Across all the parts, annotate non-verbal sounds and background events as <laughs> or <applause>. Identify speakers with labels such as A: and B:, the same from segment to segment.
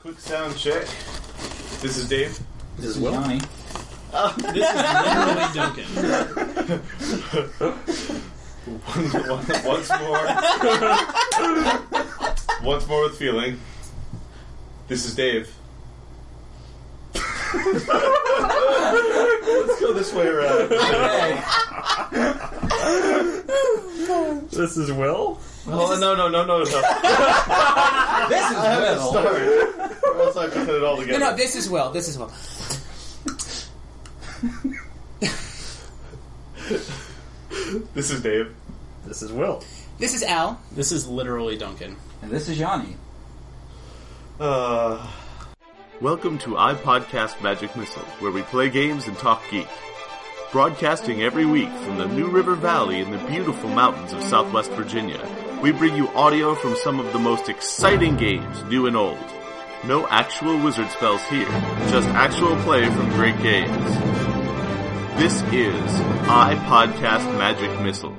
A: Quick sound check. This is Dave. <laughs>
B: This is Johnny.
C: This is literally Duncan.
A: Once more. <laughs> Once more with feeling. This is <laughs> Dave. Let's go this way around.
D: This is Will.
A: Oh, no, no, no, <laughs> no, no.
B: This is Will.
A: Sorry. Or else I put it all
E: No,
A: together.
E: no, this is Will. This is Will.
A: This is Dave.
D: This is Will.
E: This is Al.
C: This is literally Duncan.
B: And this is Johnny.
A: Uh. Welcome to iPodcast Magic Missile, where we play games and talk geek. Broadcasting every week from the New River Valley in the beautiful mountains of southwest Virginia, we bring you audio from some of the most exciting games, new and old. No actual wizard spells here, just actual play from great games. This is iPodcast Magic Missile.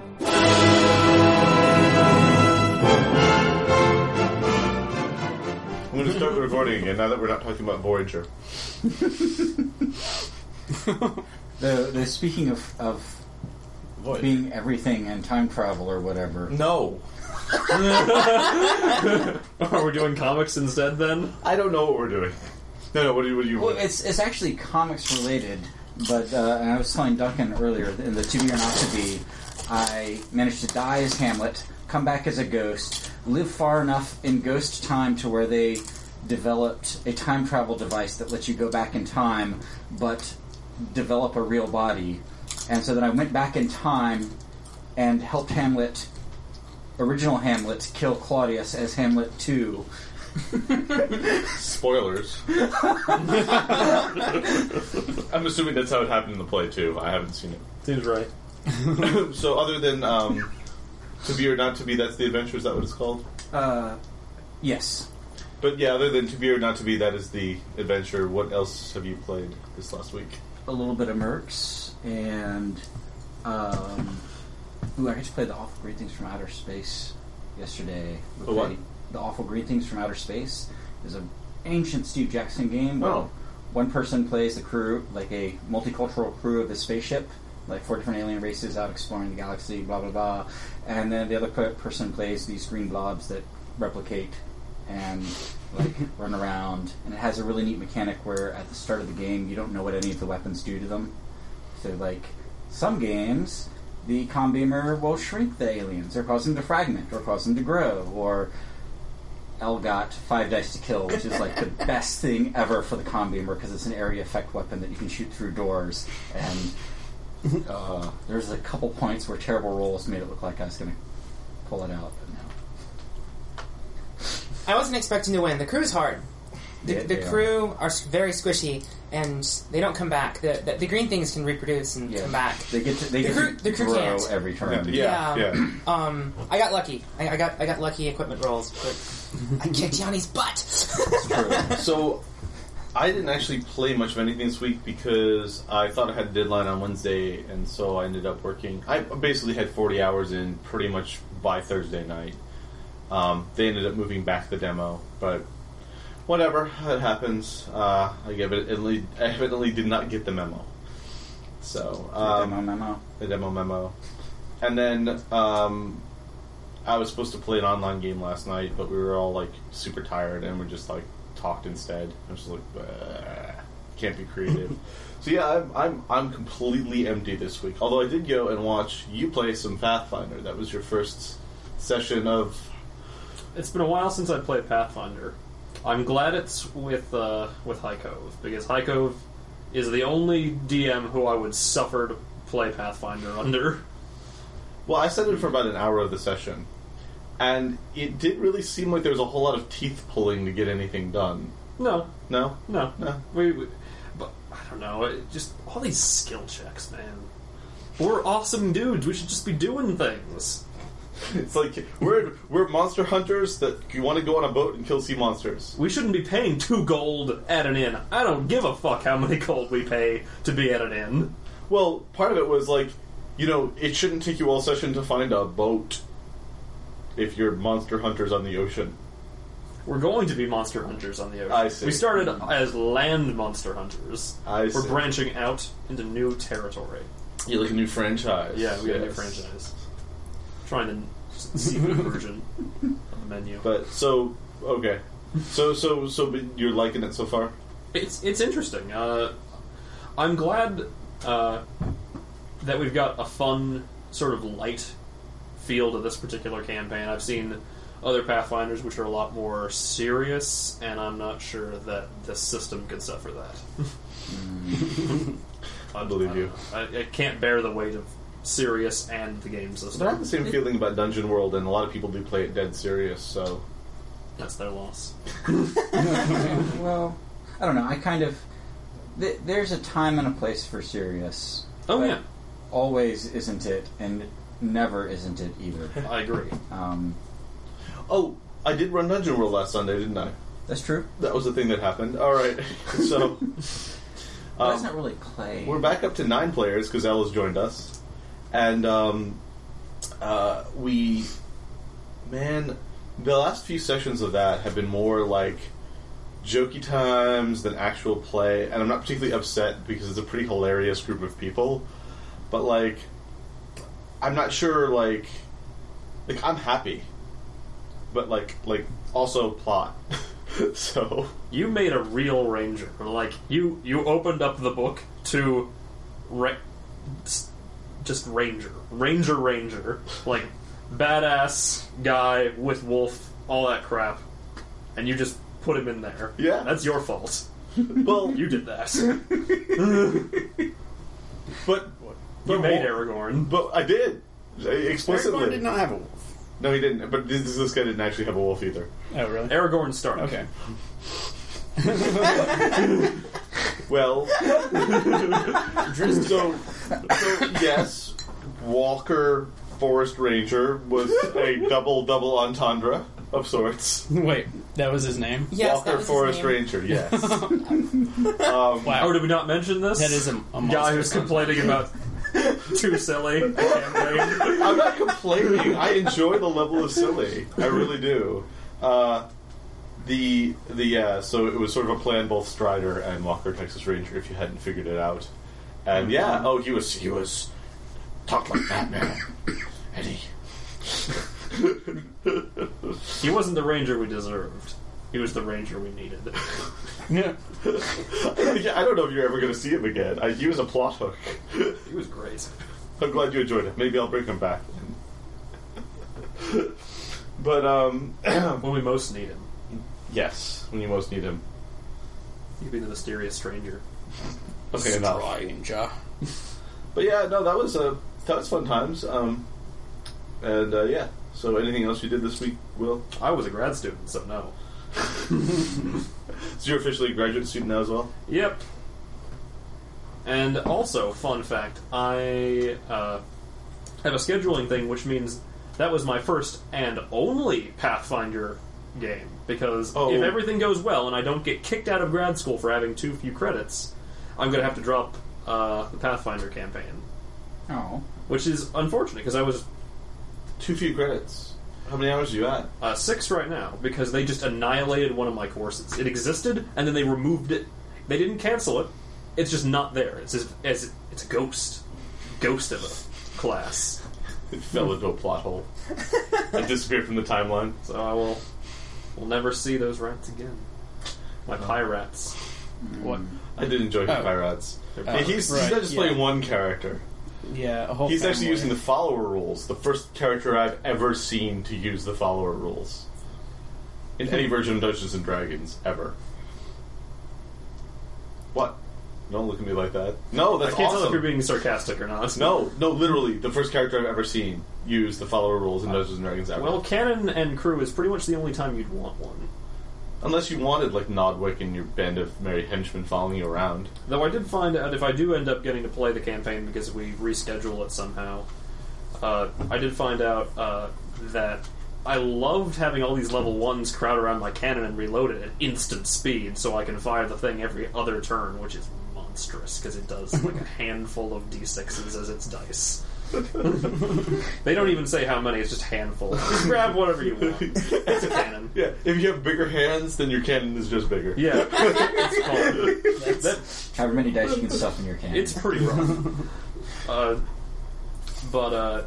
A: I'm going to start recording again now that we're not talking about Voyager.
B: The the speaking of of being everything and time travel or whatever.
A: No.
D: <laughs> Are we doing comics instead then?
A: I don't know what we're doing. No, no, what do you, what do you
B: Well, it's it's actually comics related, but uh, and I was telling Duncan earlier in the to be or not to be, I managed to die as Hamlet, come back as a ghost, live far enough in ghost time to where they developed a time travel device that lets you go back in time, but develop a real body, and so then I went back in time and helped Hamlet. Original Hamlet kill Claudius as Hamlet 2.
A: <laughs> Spoilers. I'm assuming that's how it happened in the play too. I haven't seen
D: Seems right.
A: it. <laughs> so other than um, to be or not to be, that's the adventure. Is that what it's called?
B: Uh, yes.
A: But yeah, other than to be or not to be, that is the adventure. What else have you played this last week?
B: a little bit of Mercs, and um, ooh, I just played the Awful Great Things from Outer Space yesterday. We
A: The what?
B: played The Awful Great Things from Outer Space is an ancient Steve Jackson game. where
A: Oh.
B: One person plays the crew, like a multicultural crew of his spaceship, like four different alien races out exploring the galaxy, blah blah blah, and then the other per- person plays these green blobs that replicate and like <laughs> run around. And it has a really neat mechanic where at the start of the game you don't know what any of the weapons do to them. So like some games, the combeamer will shrink the aliens or cause them to fragment or cause them to grow or L got five dice to kill, which is like the best thing ever for the combeamer because it's an area effect weapon that you can shoot through doors. And uh, there's a couple points where terrible rolls made it look like I was going to pull it out, but no.
F: I wasn't expecting to win. The crew's hard. The,
B: Yeah,
F: the
B: they are.
F: crew are. s very squishy, and they don't come back. The, the, the green things can reproduce and
B: Yeah.
F: come back.
B: They get to, they
F: The
B: get
F: crew-
B: to
F: the crew
B: grow
F: can't.
B: every turn.
A: yeah,
F: Yeah.
A: yeah.
F: Um, I got lucky. I, I got I got lucky equipment rolls,
B: <laughs>
F: but I kicked Yanni's butt.
B: True.
A: <laughs> So I didn't actually play much of anything this week because I thought I had a deadline on Wednesday, and so I ended up working. I basically had 40 hours in pretty much by Thursday night. Um, they ended up moving back the demo, but whatever, that happens. Uh, I evidently, evidently did not get the memo. So um,
B: Demo, memo.
A: the demo memo. And then um, I was supposed to play an online game last night, but we were all like super tired and we just like talked instead. I was just like, "Bleh, can't be creative. so yeah, I'm, I'm I'm completely empty this week. Although I did go and watch you play some Pathfinder. That was your first session of.
D: It's been a while since I played Pathfinder. I'm glad it's with uh, with High Cove because High Cove is the only DM who I would suffer to play Pathfinder <laughs> under.
A: Well, I sat in for about an hour of the session, and it didn't really seem like there was a whole lot of teeth pulling to get anything done.
D: No,
A: No,
D: no,
A: No.
D: We, we, but I don't know. It just all these skill checks, man. We're awesome dudes. We should just be doing things.
A: It's like we're we're monster hunters that you want to go on a boat and kill sea monsters.
D: We shouldn't be paying two gold at an inn. I don't give a fuck how many gold we pay to be at an inn.
A: Well, part of it was like, you know, it shouldn't take you all session to find a boat if you're monster hunters on the ocean.
D: we're going to be monster hunters on the ocean.
A: I see.
D: We started as land monster hunters.
A: I
D: we're
A: see.
D: branching out into new territory.
A: You like a new franchise.
D: Yeah, we got a new
A: Yes.
D: franchise. Trying to seafood version of the menu.
A: But so okay, so so so but you're liking it so far.
D: It's it's interesting. Uh, I'm glad uh, that we've got a fun sort of light feel to this particular campaign. I've seen other Pathfinders which are a lot more serious, and I'm not sure that this system could suffer that. <laughs>
A: I believe you.
D: I, I can't bear the weight of serious and the game
A: But I have
D: system.
A: the same feeling about Dungeon World, and a lot of people do play it dead serious. So
D: That's their loss.
B: well, I don't know. I kind of th- there's a time and a place for serious.
D: Oh
B: but
D: yeah,
B: always isn't it, and never isn't it either.
A: <laughs>
D: I agree.
B: Um,
A: oh, I did run Dungeon World last Sunday, didn't I?
B: that's true.
A: That was the thing that happened. All right, so
B: But that's
A: um,
B: not really play.
A: We're back up to nine players because Ella's joined us, and um, uh, we, man, the last few sessions of that have been more like jokey times than actual play, and I'm not particularly upset because it's a pretty hilarious group of people, but like, I'm not sure like, like I'm happy, but like like also plot, <laughs> so.
D: You made a real ranger. Like you, you opened up the book to, ra- s- just ranger, ranger, ranger, like badass guy with wolf, all that crap, and you just put him in there.
A: Yeah.
D: that's your fault.
A: Well,
D: You
A: <laughs>
D: did that. you
A: but, but
D: made
A: wa-
D: Aragorn.
A: But I did Uh,
G: Aragorn
A: explicitly.
G: did not have a wolf.
A: No, he didn't. But this, this guy didn't actually have a wolf either.
G: Oh, really?
D: Aragorn Stark.
G: Okay.
F: <laughs>
A: Well, so, so yes, Walker Forest Ranger was a double double entendre of sorts.
G: <laughs> Wait, that was his name?
F: <laughs> Yes,
A: Walker
F: that was his
A: Forest
F: name.
A: Ranger, yes.
F: <laughs>
A: um,
D: Oh, did we not mention this?
G: That is a, a monster.
D: guy who's complaining about <laughs> too silly
G: <laughs>
D: campaign.
A: I'm not complaining. I enjoy the level of silly. I really do. Uh, the the uh, so it was sort of a plan both Strider and Walker Texas Ranger if you hadn't figured it out. And yeah, oh he was he was talked like Batman, and he <laughs>
D: he wasn't the ranger we deserved. He was the ranger we needed. <laughs>
G: Yeah.
A: yeah, I don't know if you're ever going to see him again. I, he was a plot hook.
D: He was great. <laughs>
A: I'm glad you enjoyed it. Maybe I'll bring him back. <laughs> but um,
D: When we most need him,
A: yes, when you most need him.
D: he'd be the mysterious stranger.
A: Okay, enough.
G: Stranger.
A: <laughs> But yeah, no, that was uh, that was fun times. Um, and uh, yeah, so anything else you did this week, Will?
D: I was a grad student, so no.
A: So you're officially a graduate student now as well.
D: Yep. And also, fun fact, I uh, have a scheduling thing, which means that was my first and only Pathfinder game. Because
A: Oh.
D: if everything goes well and I don't get kicked out of grad school for having too few credits, I'm going to have to drop uh, the Pathfinder campaign.
B: Oh,
D: Which is unfortunate, because I was
A: Too few credits. How many hours are you at?
D: uh, six right now because they just annihilated one of my courses. It existed and then they removed it. They didn't cancel it. It's just not there. It's just, as it's a ghost, ghost of a class.
A: It fell into a plot <laughs> hole. it disappeared from the timeline.
D: So I will, will never see those rats again.
A: Oh.
D: My pie rats.
G: What?
A: I did enjoy
G: Oh.
A: Pirates.
D: Oh,
A: he's, he's
G: right,
A: not just
G: yeah.
A: playing one character.
G: Yeah, a whole
A: He's actually
G: family.
A: using the follower rules. The first character I've ever seen to use the follower rules in any version of Dungeons and Dragons ever. What? Don't look at me like that. No,
D: I
A: that's
D: can't tell if
A: awesome.
D: you're being sarcastic or not.
A: no, no, literally the first character I've ever seen use the follower rules in Dungeons and Dragons ever.
D: Well, canon and crew is pretty much the only time you'd want one.
A: unless you wanted like Nodwick and your band of merry henchmen following you around.
D: Though I did find out if I do end up getting to play the campaign because we reschedule it somehow, uh, I did find out uh, that I loved having all these level ones crowd around my cannon and reload it at instant speed so I can fire the thing every other turn, which is monstrous because it does like a handful of d6s as its dice. <laughs> They don't even say how many. It's just handful. Just grab whatever you want. It's a cannon.
A: Yeah, if you have bigger hands, then your cannon is just bigger.
D: Yeah, it's fun. That,
B: However many dice you can stuff in your can.
D: It's pretty rough. uh, but uh,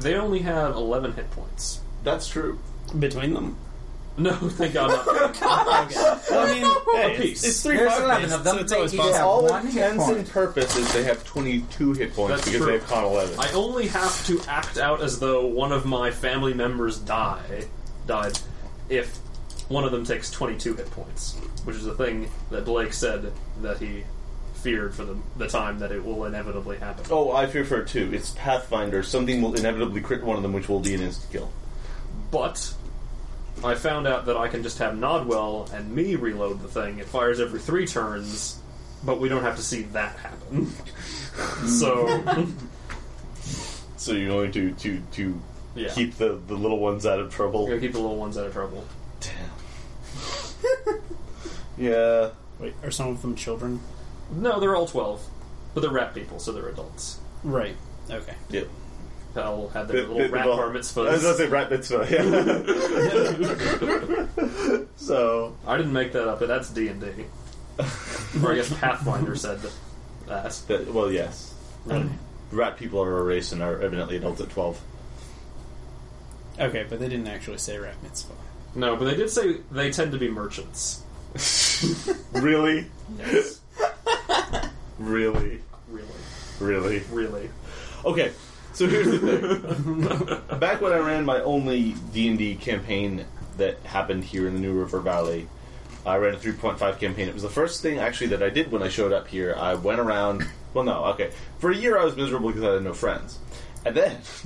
D: they only have 11 hit points. <laughs>
A: That's true.
G: Between them.
D: No, thank God. Not.
G: Well, I mean, <laughs> hey,
D: piece.
G: it's, it's three
B: There's
G: five
B: 11
G: piece,
B: of them.
G: so it's
B: They
G: always
B: each
G: possible.
B: have-
A: All
B: One hit
A: intents
B: point.
A: and purposes, they have 22 hit points
D: That's
A: because
D: true.
A: they have con 11.
D: I only have to act out as though one of my family members die, died if one of them takes 22 hit points, which is the thing that Blake said that he feared for the, the time that it will inevitably happen.
A: oh, I fear for it too. It's Pathfinder. Something will inevitably crit one of them, which will be an instant kill.
D: But I found out that I can just have Nodwell and me reload the thing. It fires every three turns, but we don't have to see that happen.
A: <laughs>
D: <laughs> so
A: So you're going to to to
D: Yeah.
A: keep the the little ones out of trouble.
D: gotta keep the little ones out of trouble.
A: Damn. <laughs> yeah.
G: Wait, are some of them children?
D: No, they're all twelve, but they're rat people, so they're adults.
G: Right. Okay.
A: Yep.
D: They'll have their little rat
A: well,
D: bar
A: I was gonna
D: mitzvahs.
A: say rat mitzvah.
D: <laughs>
A: yeah. so
D: I didn't make that up, but that's D
A: <laughs>
D: and D. Or I guess Pathfinder said that.
A: that, well, yes.
G: Really?
A: Rat people are a race and are evidently adults at
D: <laughs>
A: twelve.
G: Okay, but they didn't actually say rat mitzvah.
D: No, but they did say they tend to be merchants.
A: Really, <laughs>
D: Yes,
A: really,
D: really,
A: really.
D: really.
A: Okay, so here's the thing. <laughs> Back when I ran my only D and D campaign that happened here in the New River Valley, I ran a 3.5 campaign. It was the first thing actually that I did when I showed up here. I went around. Well, no, okay. For a year, I was miserable because I had no friends, and then <laughs>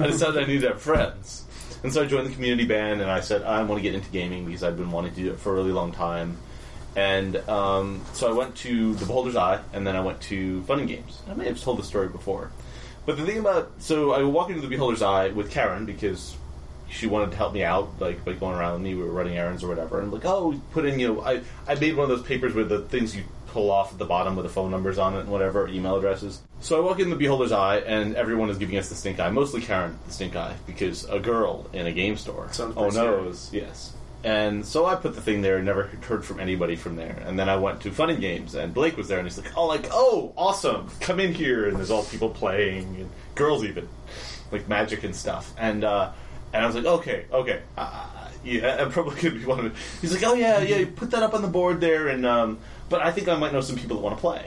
A: I decided I needed to have friends. And so I joined the community band, and I said I want to get into gaming because I've been wanting to do it for a really long time. And um, so I went to the Beholder's Eye, and then I went to Fun and Games. I may have told this story before, but the thing about so I walk into the Beholder's Eye with Karen because she wanted to help me out, like by going around with me. We were running errands or whatever, and I'm like, oh, put in you know, I I made one of those papers with the things you pull off at the bottom with the phone numbers on it and whatever email addresses. So I walk in the Beholder's Eye, and everyone is giving us the stink eye, mostly Karen the stink eye because a girl in a game store.
D: Sounds
A: oh
D: pretty scary.
A: knows yes. And so I put the thing there and never heard from anybody from there. And then I went to Fun and Games, and Blake was there, and he's like, "Oh, like, oh, awesome! Come in here." And there's all people playing, and girls even, like magic and stuff. And uh, and I was like, "Okay, okay, uh, yeah, I'm probably gonna be one of." It. He's like, "Oh yeah, yeah, put that up on the board there." And um, but I think I might know some people that want to play.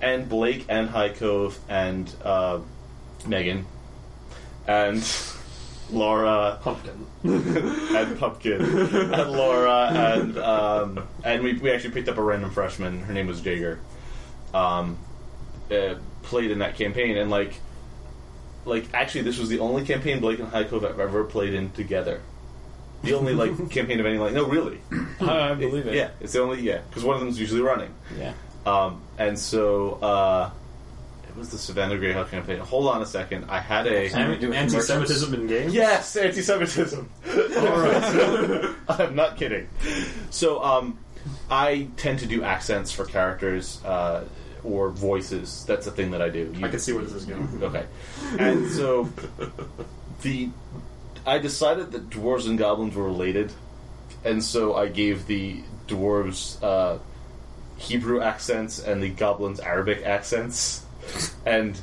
A: And Blake and High Cove and uh, Megan and <laughs> Laura
D: Pumpkin.
A: and Pumpkin and Laura and um, and we, we actually picked up a random freshman. Her name was Jager. Um, uh, played in that campaign and like like actually this was the only campaign Blake and Heiko have ever played in together. The only
G: <laughs>
A: like campaign of any like no really
G: <laughs> I believe it.
A: yeah it's the only yeah because one of them's usually running.
G: Yeah.
A: Um, and so uh, it was the Savannah Greyhound campaign. Hold on a second, I had a
B: Can we do it for
D: Anti-Semitism in games.
A: Yes, anti-Semitism. <laughs> I'm not kidding. So, um, I tend to do accents for characters uh, or voices. That's a thing that I do. You-
D: I can see where this is <laughs>
G: <laughs>
D: going.
A: Okay, and so the I decided that dwarves and goblins were related, and so I gave the dwarves uh, Hebrew accents and the goblins Arabic accents, and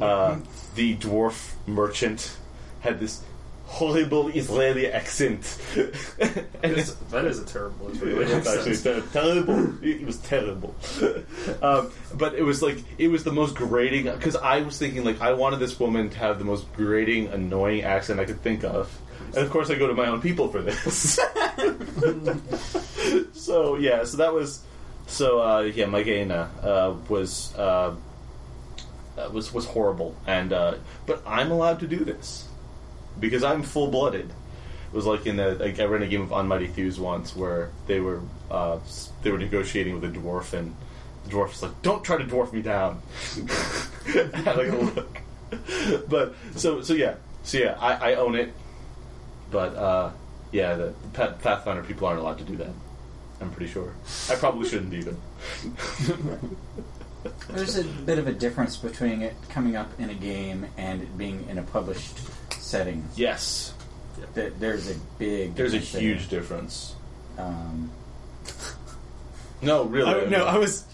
A: uh, the dwarf merchant had this horrible Israeli accent. <laughs> and
D: It's- that is a
G: <laughs>
D: terrible
A: it was actually ter- terrible. It it was terrible. <laughs> um, but it was like it was the most grating because I was thinking like I wanted this woman to have the most grating, annoying accent I could think of, and of course I go to my own people for this. <laughs> so yeah, so that was so uh, yeah. My Gaina uh, was uh, uh, was was horrible, and uh, but I'm allowed to do this because I'm full blooded. It was like in the like I ran a game of Unmighty Thews once where they were uh, s- they were negotiating with a dwarf and the dwarf was like, "Don't try to dwarf me down." <laughs> I had like a look, but so so yeah, so yeah, I, I own it, but uh, yeah, the Path- Pathfinder people aren't allowed to do that. I'm pretty sure. I probably shouldn't even.
B: There's a bit of a difference between it coming up in a game and it being in a published setting.
A: Yes,
B: There- There's a big.
A: there's a
B: difference there.
A: huge difference.
B: Um,
A: No, really.
G: I, no, I was.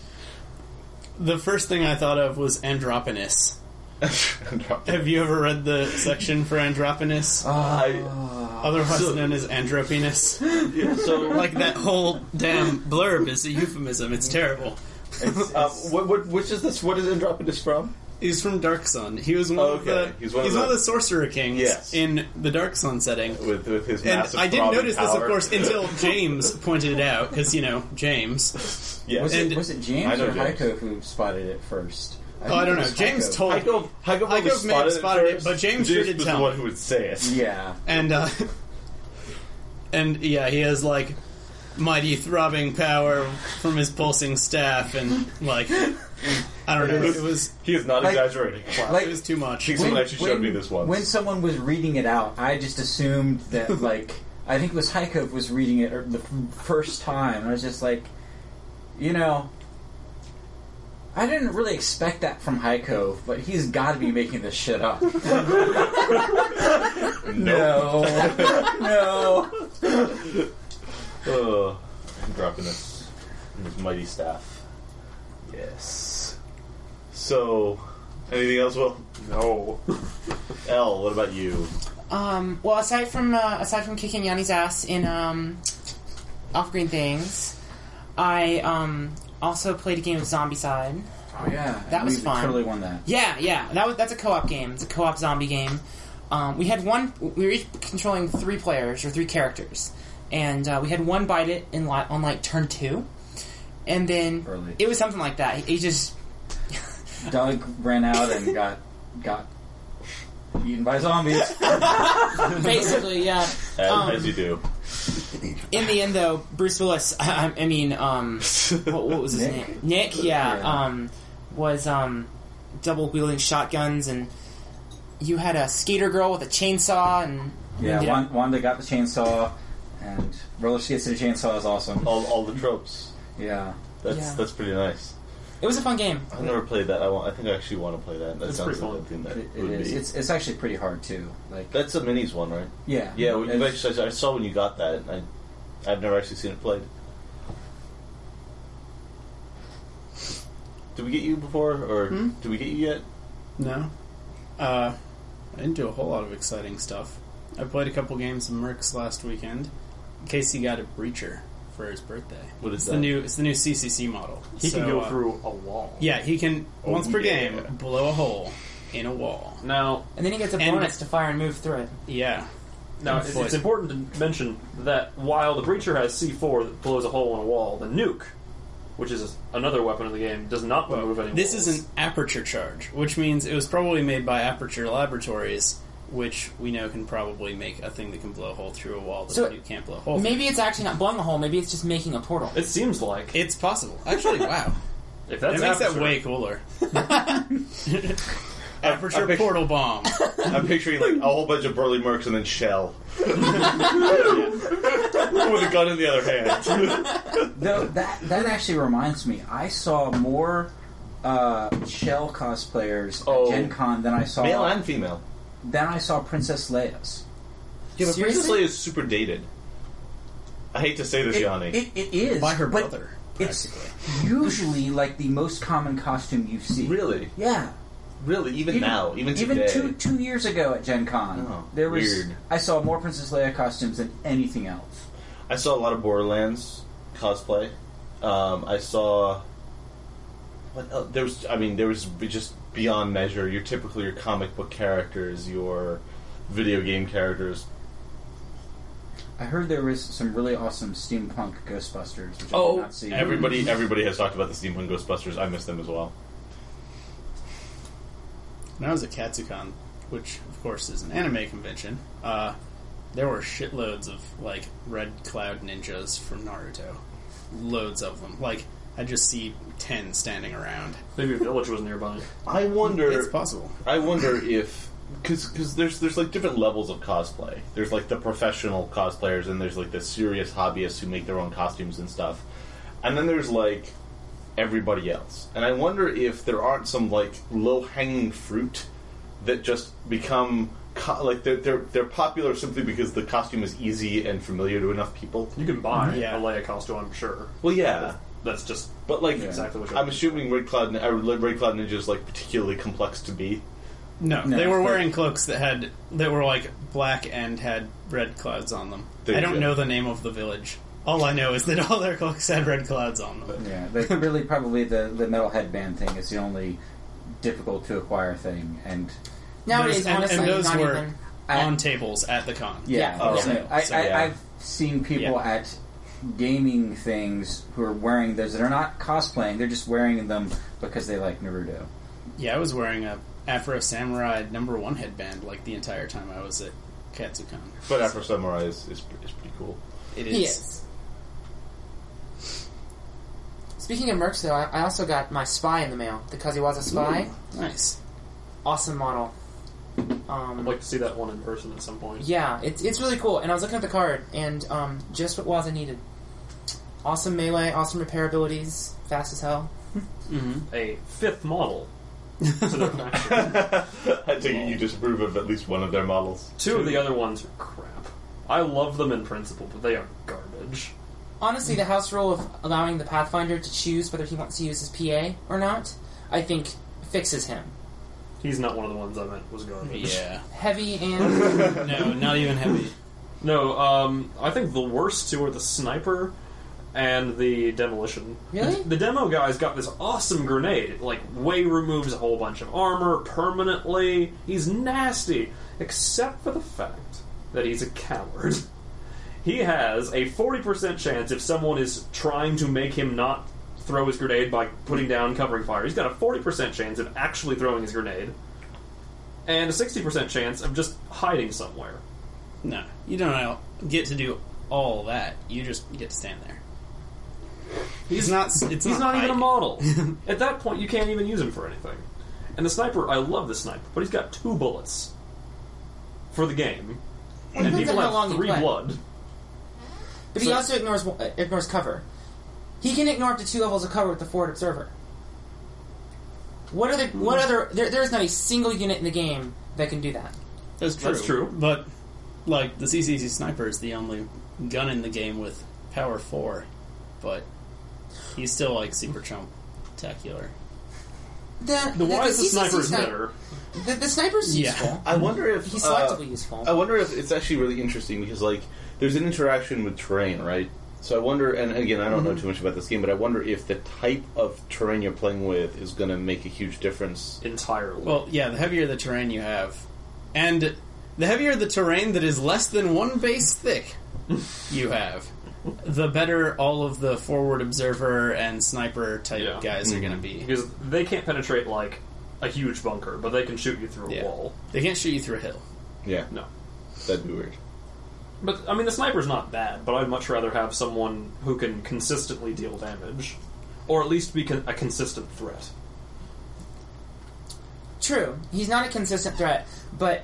G: The first thing I thought of was Androponus.
A: <laughs>
G: Have you ever read the section for Androponus? Otherwise
A: Uh, so-
G: known as Andropenis.
A: Yeah, <laughs> so,
G: Like that whole damn blurb is a euphemism. It's terrible.
B: it's-
A: uh,
B: it's-
A: what, what, which is this? What is Andropolis from?
G: He's from Dark Sun. He was one of
A: Okay,
G: the
A: he's one of the-
G: sorcerer kings
A: Yes.
G: in the Dark Sun setting.
A: With with his
G: And
A: massive
G: I didn't
A: throbbing
G: notice this, of
A: power. <laughs>
G: course, until James pointed it out because you know James.
A: yes.
B: was,
G: and-
B: it, was it
A: I
B: James
A: know
B: or
A: James.
B: Heiko who spotted it first?
G: Oh, I
B: think
G: don't
B: it
G: know.
B: was
G: James
B: Heiko.
G: told
A: Heiko, Heiko,
G: Heiko
A: probably
G: may have spotted it,
A: first.
G: but James sure did
A: was
G: tell
A: the one
G: me.
A: who would say it.
B: Yeah.
G: and uh, and yeah, he has like mighty throbbing power from his pulsing staff, and like I don't know, it was
A: He is not <laughs>
B: Like-
A: exaggerating.
G: it was too much.
A: He's- Someone actually showed me this once.
B: When someone was reading it out, I just assumed
A: <laughs>
B: that, like, I think it was Heiko who was reading it or the f- first time. I was just like, you know, I didn't really expect that from Heiko, but he's got to be making this
A: <laughs>
B: shit up.
A: <laughs>
B: no, no. Oh,
A: Ugh. dropping his, his mighty staff. Yes. So, anything else, Will? No. L, what about you?
F: Um, well, aside from uh, aside from kicking Yanni's ass in um, Off Green Things, I um, also played a game of Zombie Side.
B: Oh yeah,
F: That was
B: we
F: fun.
B: Totally won that.
F: Yeah, yeah, that was that's a co-op game. It's a co-op zombie game. Um, we had one. We were each controlling three players or three characters, and uh, we had one bite it in li- on like turn two, and then
B: Early.
F: it was something like that. He, he just
B: Doug ran out and got got eaten by
F: <laughs>
B: zombies.
F: basically, yeah.
A: As,
F: Um,
A: as you do.
F: In the end, though, Bruce Willis. <laughs> I, I mean, um, what, what was his
B: Nick?
F: name? Nick. Yeah,
B: Yeah.
F: Um, was um, double wielding shotguns, and you had a skater girl with a chainsaw, and
B: Yeah,
F: Yeah.
B: Wan- Wanda got the chainsaw, and roller skates to the chainsaw is awesome.
A: All, all the tropes.
B: Yeah,
A: That's
F: Yeah.
A: that's pretty nice.
F: it was a fun game.
A: I've never played that. I, want, I think I actually want to play that. That
D: It's
A: sounds
D: pretty
A: like something
D: fun.
A: that
B: it, it
A: would
B: is.
A: be.
B: It's, it's actually pretty hard too. Like,
A: That's a minis one, right?
B: yeah,
A: Yeah, well, you've
B: it's-
A: actually, I saw when you got that. And I, I've never actually seen it played. Did we get you before, or
B: Hmm?
A: did we get you
B: <laughs>
A: yet?
G: No, uh, I didn't do a whole lot of exciting stuff. I played a couple games of Mercs last weekend. Casey got a breacher for his birthday.
A: What is
G: it's
A: that?
G: the new? It's the new CCC model.
D: <laughs> He
G: So,
D: can go
G: uh,
D: through a wall.
G: Yeah, he can
A: Oh,
G: once per
A: yeah.
G: game blow a hole in a wall.
D: Now,
F: And then he gets a
G: And-
F: bonus to fire and move through it.
G: Yeah,
D: now it's,
G: Flight.
D: it's important to mention that while the breacher has C4 that blows a hole in a wall, the nuke, which is another weapon in the game, does not remove any.
G: This
D: walls.
G: is an aperture charge, which means it was probably made by Aperture Laboratories, which we know can probably make a thing that can blow a hole through a wall that
F: So-
G: you can't blow a hole. through.
F: Maybe it's actually not blowing a hole. Maybe it's just making a portal.
D: It seems like
G: it's possible. Actually, wow,
D: if
G: that
D: that's
G: makes that
D: aperture-
G: way
B: <laughs>
G: cooler. aperture
A: picture-
G: portal bomb.
A: I'm picturing like a whole bunch of burly mercs and then
B: <laughs>
A: Shell <laughs> with a gun in the other hand.
B: Though that that actually reminds me, I saw more uh, shell cosplayers
A: Oh.
B: at Gen Con than I saw
A: Male and female.
B: than I saw Princess Leia's.
A: Yeah, but Princess
F: Seriously?
A: Leia is super dated. I hate to say this,
B: It,
A: Yanni.
B: it- it is
G: By her
B: but
G: brother,
B: It's usually like the most common costume you see.
A: really,
B: Yeah.
A: really, even,
B: Even-
A: now, even
B: Even
A: today.
B: two two years ago at Gen Con,
A: Oh,
B: there was
A: weird.
B: I saw more Princess Leia costumes than anything else.
A: I saw a lot of Borderlands cosplay. Um, I saw what else? there was. I mean, there was be- just beyond measure. Your typically your comic book characters, your video game characters.
B: I heard there was some really awesome steampunk Ghostbusters, which I
G: Oh,
B: did not see.
A: Everybody, everybody has talked about the Steampunk Ghostbusters. I miss them as well.
G: When I was at Katsucon, which of course is an anime convention, uh, there were shitloads of like red cloud ninjas from Naruto. Loads of them. Like I just see ten standing around.
D: Maybe a village was nearby.
A: I wonder.
G: It's possible.
A: I wonder if because there's there's like different levels of cosplay. There's like the professional cosplayers, and there's like the serious hobbyists who make their own costumes and stuff. And then there's like everybody else. And I wonder if there aren't some like low hanging fruit that just become co- like they're, they're they're popular simply because the costume is easy and familiar to enough people.
D: You can buy
G: <laughs> Yeah.
D: a Leia costume, I'm sure.
A: Well, yeah,
D: That's just
A: but like
D: exactly what you're
A: I'm assuming Red Cloud Nin- or Red Cloud Ninja is like particularly complex to be.
G: No,
B: No,
G: they were
B: but-
G: wearing cloaks that had that were like black and had red clouds on them.
A: There
G: I
A: you
G: don't
A: go.
G: know the name of the village. All I know is that <laughs> all their cloaks had red clouds on them.
B: Yeah, they, <laughs> really, probably the, the metal headband thing is the only difficult to acquire thing, and
F: Nowadays,
G: Those- and,
F: honestly,
G: and those
F: not
G: were
F: even.
B: I-
G: on tables at the con.
B: yeah,
F: Yeah,
B: for
A: yeah.
B: sale. I,
G: So,
B: I,
A: yeah.
B: I've seen people
G: Yeah.
B: at gaming things who are wearing those that are not cosplaying; they're just wearing them because they like Naruto.
G: Yeah, I was wearing a Afro Samurai number one headband like the entire time I was at Katsucon.
A: But Afro Samurai is, is, is pretty cool.
G: It is.
F: Yes. Speaking of mercs, though, I, I also got my spy in the mail because he was a spy.
G: Nice.
F: Awesome model. Um,
D: I'd like to see that one in person at some point.
F: yeah, it's it's really cool. And I was looking at the card, and um, just what Waza needed. Awesome melee, awesome repair abilities, fast as
G: <laughs>
F: hell.
G: Mm-hmm.
D: A fifth model. to their faction.
A: <laughs> I take it you disapprove of at least one of their models.
D: Two of the other ones are crap. I love them in principle, but they are garbage.
F: Honestly, the house rule of allowing the Pathfinder to choose whether he wants to use his PA or not, I think fixes him.
D: He's not one of the ones I meant was garbage.
G: Yeah.
F: Heavy
D: <laughs>
F: and
G: No, not even heavy.
D: No, um, I think the worst two are the sniper and the demolition.
F: Really?
D: The demo guy's got this awesome grenade. It, like, way removes a whole bunch of armor permanently. He's nasty, except for the fact that he's a coward. He has a 40% chance if someone is trying to make him not throw his grenade by putting down covering fire. He's got a 40% chance of actually throwing his grenade, and a 60% chance of just hiding somewhere.
G: No, you don't know- get to do all that. You just get to stand there. He's not. It's
D: He's not, even a
G: hiding. <laughs>
D: model. At that point, you can't even use him for anything. And the sniper, I love the sniper, but he's got two bullets for the game, and
F: depends
D: people
F: on how
D: have
F: long you
D: three
F: play.
D: blood.
F: But he also ignores uh, ignores cover. He can ignore up to two levels of cover with the forward observer. What other? What other? There, there's not a single unit in the game that can do that.
G: That's true.
D: That's true.
G: But like the CCC sniper is the only gun in the game with power four, but he's still like super chump tacular.
F: The,
D: The why is the
F: CCC
D: sniper is
F: sni-
D: better?
F: The, the sniper's
G: Yeah.
F: useful.
A: I wonder if
F: He's
A: uh,
F: selectively useful.
A: I wonder if it's actually really interesting because like there's an interaction with terrain, right? So I wonder, and again, I don't
F: Mm-hmm.
A: know too much about this game, but I wonder if the type of terrain you're playing with is going to make a huge difference.
D: Entirely.
G: Well, yeah, the heavier the terrain you have, and the heavier the terrain that is less than one base thick you have, the better all of the forward observer and sniper type
D: Yeah.
G: guys
F: Mm-hmm.
G: are going to be.
D: because they can't penetrate like a huge bunker, but they can shoot you through a
G: Yeah.
D: wall.
G: They can't shoot you through a hill.
A: Yeah,
D: No,
A: that'd be weird.
D: but I mean the sniper's not bad, but I'd much rather have someone who can consistently deal damage, or at least be con- a consistent threat.
F: True, he's not a consistent threat, but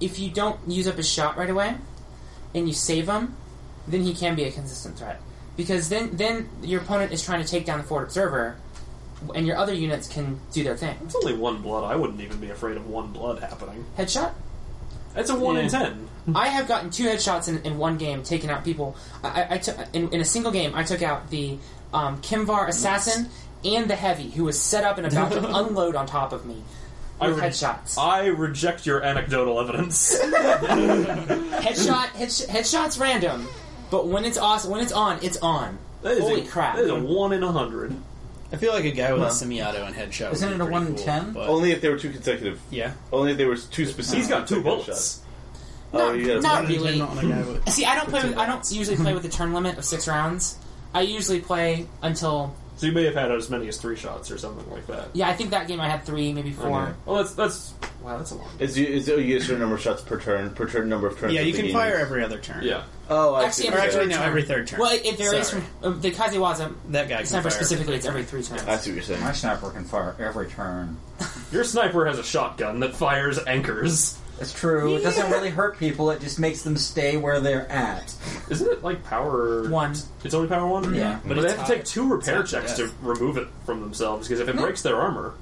F: if you don't use up his shot right away and you save him, then he can be a consistent threat because then then your opponent is trying to take down the forward observer, and your other units can do their thing.
D: It's only one blood. I wouldn't even be afraid of one blood happening.
F: Headshot.
D: It's a one in
G: Yeah.
D: ten.
F: I have gotten two headshots in, in one game, taking out people. I, I, I took in, in a single game. I took out the um, Kimvar assassin and the heavy, who was set up and about to unload on top of me with
D: re-
F: headshots.
D: I reject your anecdotal <laughs> evidence.
F: Headshot, headsh- headshots, random. But when it's awesome, when it's on, it's on.
D: That is
F: Holy
D: a,
F: crap!
D: That is a one in a hundred.
G: I feel like a guy with a semi-auto and headshot.
B: Isn't
G: would
B: it
G: be
B: a
G: pretty
B: one in
G: cool,
B: 10?
G: but-
A: Only if they were two consecutive.
G: yeah.
A: Only if they were two specific.
D: He's got two
A: consecutive
D: bullets.
A: Oh,
F: Not-
A: you gotta-
F: not
G: One in 10
F: really.
G: on a guy
F: <laughs>
G: with-
F: See, I don't play.
G: two
F: With, I don't
G: bullets.
F: usually play with the turn limit of six rounds. I usually play until
D: So you may have had as many as three shots or something like that.
F: yeah. I think that game I had three, maybe four.
A: Okay.
D: Well, that's that's wow, that's a lot.
A: Is you is oh, you get a certain number of shots per turn per turn number of turns.
G: Yeah,
A: that
G: you
A: the
G: can
A: game
G: fire
A: is-
G: every other turn.
D: Yeah,
A: Oh, I
F: Actually,
A: see.
F: every
G: Or actually,
F: third
G: no,
F: turn.
G: every third turn.
F: Well, it, it varies
G: Sorry.
F: from uh, the Kaziwaza
G: that guy. Can
F: sniper
G: fire.
F: specifically. It's every three turns.
A: I see what you're saying.
B: My sniper can fire every turn.
D: your sniper has a shotgun that fires anchors.
B: It's true. It doesn't really hurt people. It just makes them stay where they're at.
D: Isn't it like power
F: One.
D: It's only power one.
B: Yeah.
D: but,
G: But
D: they
G: it's
D: have to take
G: hot.
D: two repair
G: It's hot to
D: checks to remove it from themselves because if it breaks their armor,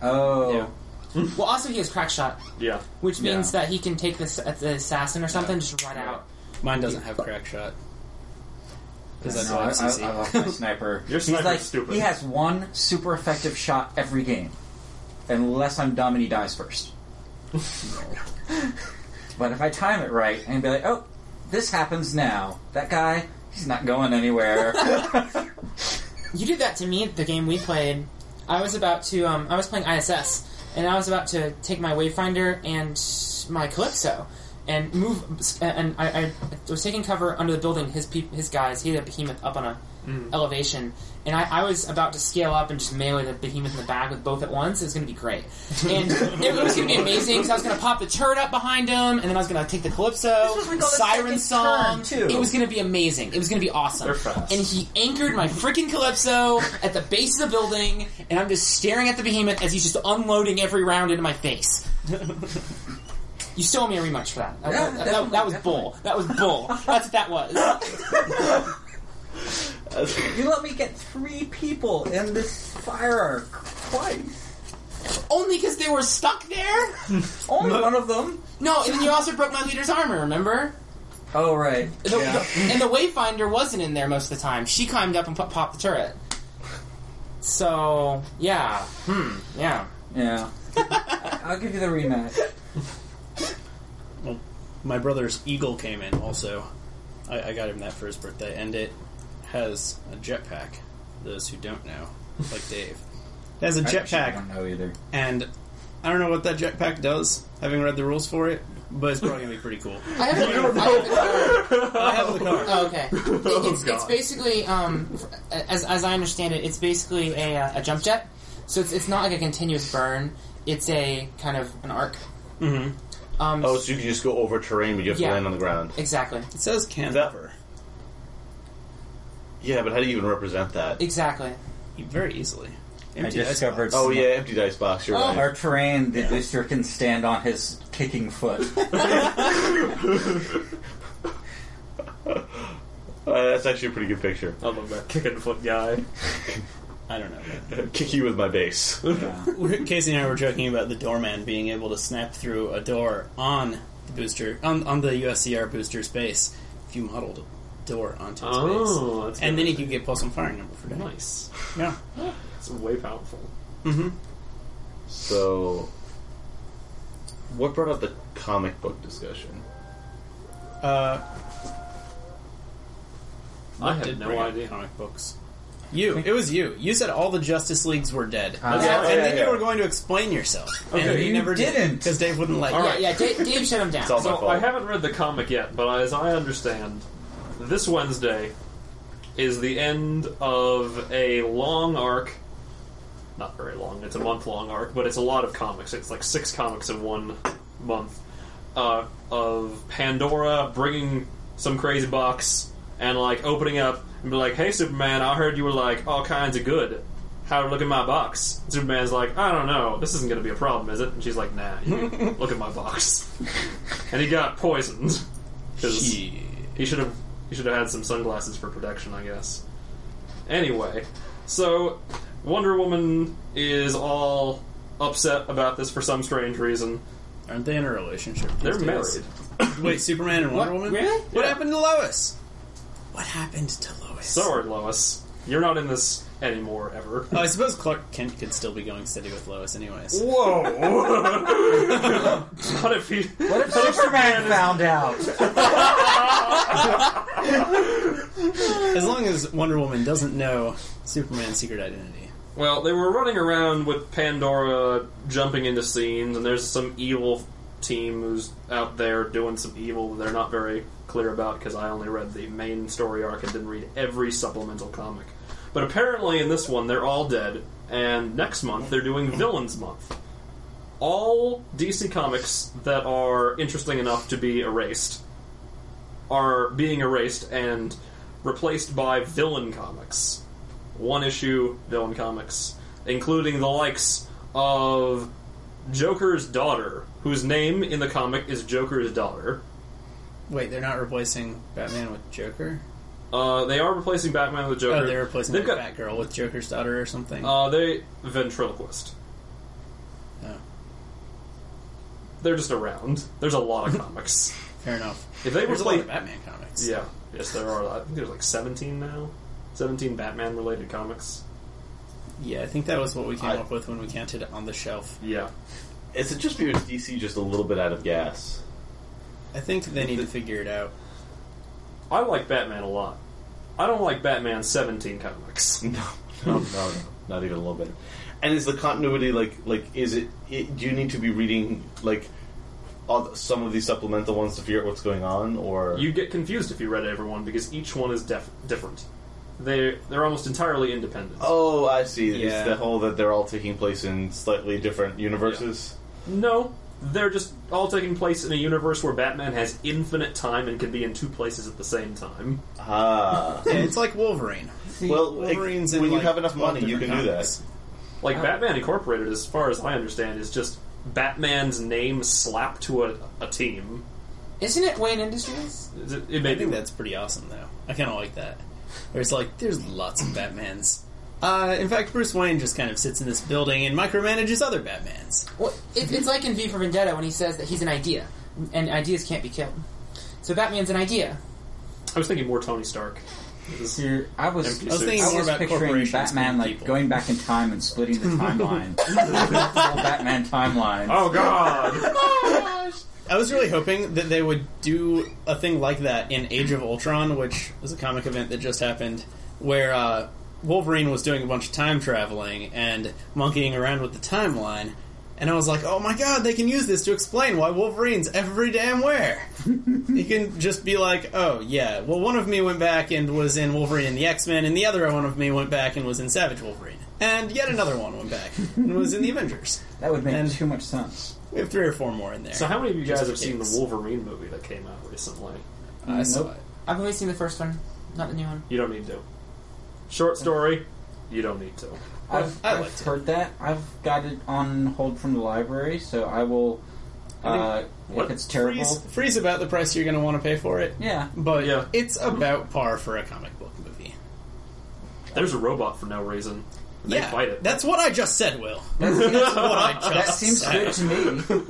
B: Oh,
G: Yeah.
F: Well, also he has crack shot,
D: yeah,
F: which
B: Yeah.
F: means that he can take this at the assassin or something just run out.
G: Mine doesn't have crack shot. Because that's
B: No, I,
G: all FCC.
B: I, I love my <laughs> sniper.
D: Your
B: He's
D: sniper's
B: like
D: stupid.
B: he has one super effective shot every game, unless I'm dumb and he dies <laughs> first. but if I time it right, and be like, oh, this happens now. That guy, he's not going anywhere.
F: You did that to me at the game we played. I was about to, um, I was playing ISS, and I was about to take my Wayfinder and my Calypso and move. And I, I was taking cover under the building. His peop his guys, he had a behemoth up on a elevation, and I, I was about to scale up and just melee the behemoth in the back with both at once. It was going to be great, and it was going to be amazing because I was going to pop the turret up behind him, and then I was going to take the Calypso,
B: was like all the second
F: siren song.
B: turn, too.
F: It was going to be amazing. It was going to be awesome.
D: They're fast.
F: And he anchored my freaking Calypso at the base of the building, and I'm just staring at the behemoth as he's just unloading every round into
B: <laughs>
F: my face. you still owe me a rematch for that. That,
B: Yeah,
F: that- that- that was
B: definitely,
F: bull. That was bull. That's what
B: <laughs>
F: that was.
B: <laughs> you let me get three people in this fire arc twice.
F: Only because they were stuck there?
B: Only one of them.
F: No, and then you also broke my leader's armor, remember?
B: Oh right.
F: The- and the Wayfinder wasn't in there most of the time. She climbed up and pop- popped the turret. So, yeah. Hmm, yeah.
B: <laughs> Yeah. I'll give you the rematch.
G: Well, my brother's eagle came in also. I, I got him that for his birthday, and it has a jetpack. Those who don't know,
B: <laughs>
G: like Dave, it has a
B: I
G: jetpack,
B: don't know either.
G: and I don't know what that jetpack does. Having read the rules for it, but it's probably gonna be pretty cool.
F: I haven't, I <laughs> haven't-
G: I have the car.
F: Oh, okay. It- it's, it's
D: God.
F: basically, um, f- as, as I understand it, it's basically a, uh, a jump jet. So it's, it's not like a continuous burn. It's a kind of an arc. Mm-hmm. Um,
A: Oh, so you can just go over terrain, but you have
F: Yeah.
A: to land on the ground.
F: Exactly.
G: It says can
A: That-
G: hover
A: Yeah, but how do you even represent that?
F: Exactly.
G: very easily.
B: I
G: Empty ice
B: discovered.
A: Oh yeah, empty dice box. You're right.
B: Our terrain, the Booster can stand on his kicking foot.
A: Uh, that's actually a pretty good picture. <laughs>
D: I love that kicking foot guy.
G: box. I don't know.
A: Kick you with my base. <laughs>
G: We're- Casey and I were joking about the doorman being able to snap through a door on the booster on, on the USCR booster's base if you modeled a door onto his base.
D: Oh, that's
G: and
D: good.
G: then he could get plus one firing number for damage.
D: nice.
G: Yeah.
D: It's way powerful.
A: so, what brought up the comic book discussion?
G: Uh,
D: I
G: did
D: had no
G: bring up
D: idea.
G: Comic books. You. It was you. You said all the Justice Leagues were dead.
B: That's
D: Ah, yeah,
G: and
D: yeah,
G: then
A: yeah.
G: you were going to explain yourself. and
B: you
G: never
B: didn't.
G: Because Dave wouldn't let
D: All
G: you.
D: right.
F: Yeah, yeah. Dave, Dave shut him down.
A: It's all my
D: So
A: fault.
D: I haven't read the comic yet, but as I understand, this Wednesday is the end of a long arc. Not very long. It's a month long arc, but it's a lot of comics. It's like six comics in one month uh, of Pandora bringing some crazy box and like opening up and be like, "Hey, Superman, I heard you were like all kinds of good." How look at my box? Superman's like, I don't know. This isn't going to be a problem, is it? And she's like, Nah. You can look at my box and he got poisoned because
G: Shit.
D: he should have he should have had some sunglasses for protection, I guess. Anyway, so Wonder Woman is all upset about this for some strange reason.
G: Aren't they in a relationship?
D: They're
G: these days?
D: married.
G: Wait, Superman and Wonder
F: What?
G: Woman?
F: Really?
G: What
D: Yeah.
G: happened to Lois? What happened to Lois?
D: Sorry, Lois, you're not in this anymore ever.
G: Oh, I suppose Clark Kent could still be going steady with Lois, anyways.
D: Whoa! <laughs> what if he?
B: What if Superman found out?
G: As long as Wonder Woman doesn't know Superman's secret identity.
D: Well, they were running around with Pandora jumping into scenes, and there's some evil team who's out there doing some evil that they're not very clear about because I only read the main story arc and didn't read every supplemental comic. But apparently, in this one, they're all dead, and next month they're doing Villains Month. All DC comics that are interesting enough to be erased are being erased and replaced by villain comics one issue villain comics, including the likes of Joker's daughter, whose name in the comic is Joker's daughter.
G: Wait, they're not replacing Batman with Joker?
D: Uh, they are replacing Batman with Joker.
G: Oh, they're replacing
D: They've got
G: like, Batgirl with Joker's daughter or something.
A: Oh.
D: uh, they ventriloquist.
G: oh,
D: They're just around. There's a lot
G: <laughs>
D: of comics.
G: fair enough.
D: If they
G: There's
D: replace-
G: a lot of Batman comics.
D: Yeah, yes, there are. I think there's like 17 now. 17 Batman related comics.
G: Yeah, I think that was what we came
A: I-
G: up with when we counted on the shelf.
D: Yeah.
A: Is it just because DC just a little bit out of gas? <laughs>
G: I think they need to figure it out.
D: I like Batman a lot. I don't like Batman 17 comics.
A: No, no, no, no, not even a little bit. And is the continuity like like is it, it? Do you need to be reading like all the, some of these supplemental ones to figure out what's going on, or
D: You'd get confused if you read everyone because each one is def- different. They they're almost entirely independent.
A: Oh, I see.
G: Yeah.
A: It's the whole that they're all taking place in slightly different universes.
D: No, they're just all taking place in a universe where Batman has infinite time and can be in two places at the same time.
A: Ah,
G: Yeah, it's like Wolverine.
A: well, it- when
G: Wolverine's in,
A: you
G: like,
A: have enough
G: 12
A: money, you can
G: different
A: do that.
G: comics.
D: Like
G: Oh.
D: Batman Incorporated, as far as I understand, is just Batman's name slapped to a, a team.
F: Isn't it Wayne Industries?
D: Is It, it may
G: I think
D: be-
G: that's pretty awesome, though. I kind of like that. There's like, there's lots of Batmans. Uh, in fact, Bruce Wayne just kind of sits in this building and micromanages other Batmans.
F: Well, it, it's like in V for Vendetta when he says that he's an idea, and ideas can't be killed. So Batman's an idea.
D: I was thinking more Tony Stark. This is-
B: Dude, I was,
D: Empty
B: I was
D: suits.
B: thinking
G: I was
B: more about
G: picturing
B: picturing Batman
G: Batman,
B: like
G: like,
B: going back in time and splitting the timeline. Batman timeline.
D: Oh
G: <laughs>
D: God!
G: I was really hoping that they would do a thing like that in Age of Ultron, which was a comic event that just happened, where uh, Wolverine was doing a bunch of time traveling and monkeying around with the timeline. And I was like, oh my god, they can use this to explain why Wolverine's every damn where. you can just be like, oh yeah, well, one of me went back and was in Wolverine and the X Men, and the other one of me went back and was in Savage Wolverine. And yet another one went back and was in the Avengers.
B: That would make
G: And-
B: too much sense.
G: We have three or four more in there.
D: so how many of you
G: Just
D: guys
G: for
D: have seen the
G: kicks.
D: Wolverine movie that came out recently?
G: I saw
B: Nope.
G: it.
F: I've only seen the first one, not the new one.
D: You don't need to. Short story. You don't need to.
B: I've,
G: I
B: I've
G: liked it.
B: heard that. I've got it on hold from the library, so I will. Uh, if
D: what?
B: it's terrible,
G: Freeze, freeze about the price you're going to want to pay for it,
B: yeah.
G: but
D: Yeah.
G: it's about par for a comic book movie.
D: There's a robot for no reason. They
G: yeah,
D: fight it.
G: that's what I just said, Will. That's
D: <laughs>
G: what I just
B: That seems
G: said.
B: good to me.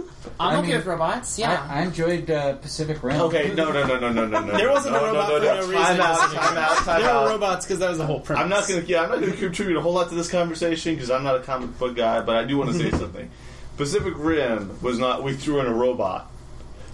B: I
F: I'm okay
B: mean,
F: with robots. Yeah.
B: I, I enjoyed uh, Pacific Rim.
A: Okay, no, no, no, no, no, no, no.
G: There wasn't
A: no,
G: a robot
A: no, no,
G: for no
A: no.
G: reason.
A: Time out, time out, time
G: there were
A: out.
G: robots because that was the whole premise.
A: Uh, I'm not gonna. Yeah, I'm not gonna contribute a whole lot to this conversation because I'm not a comic book guy, but I do want to
G: <laughs>
A: say something. Pacific Rim was not. We threw in a robot.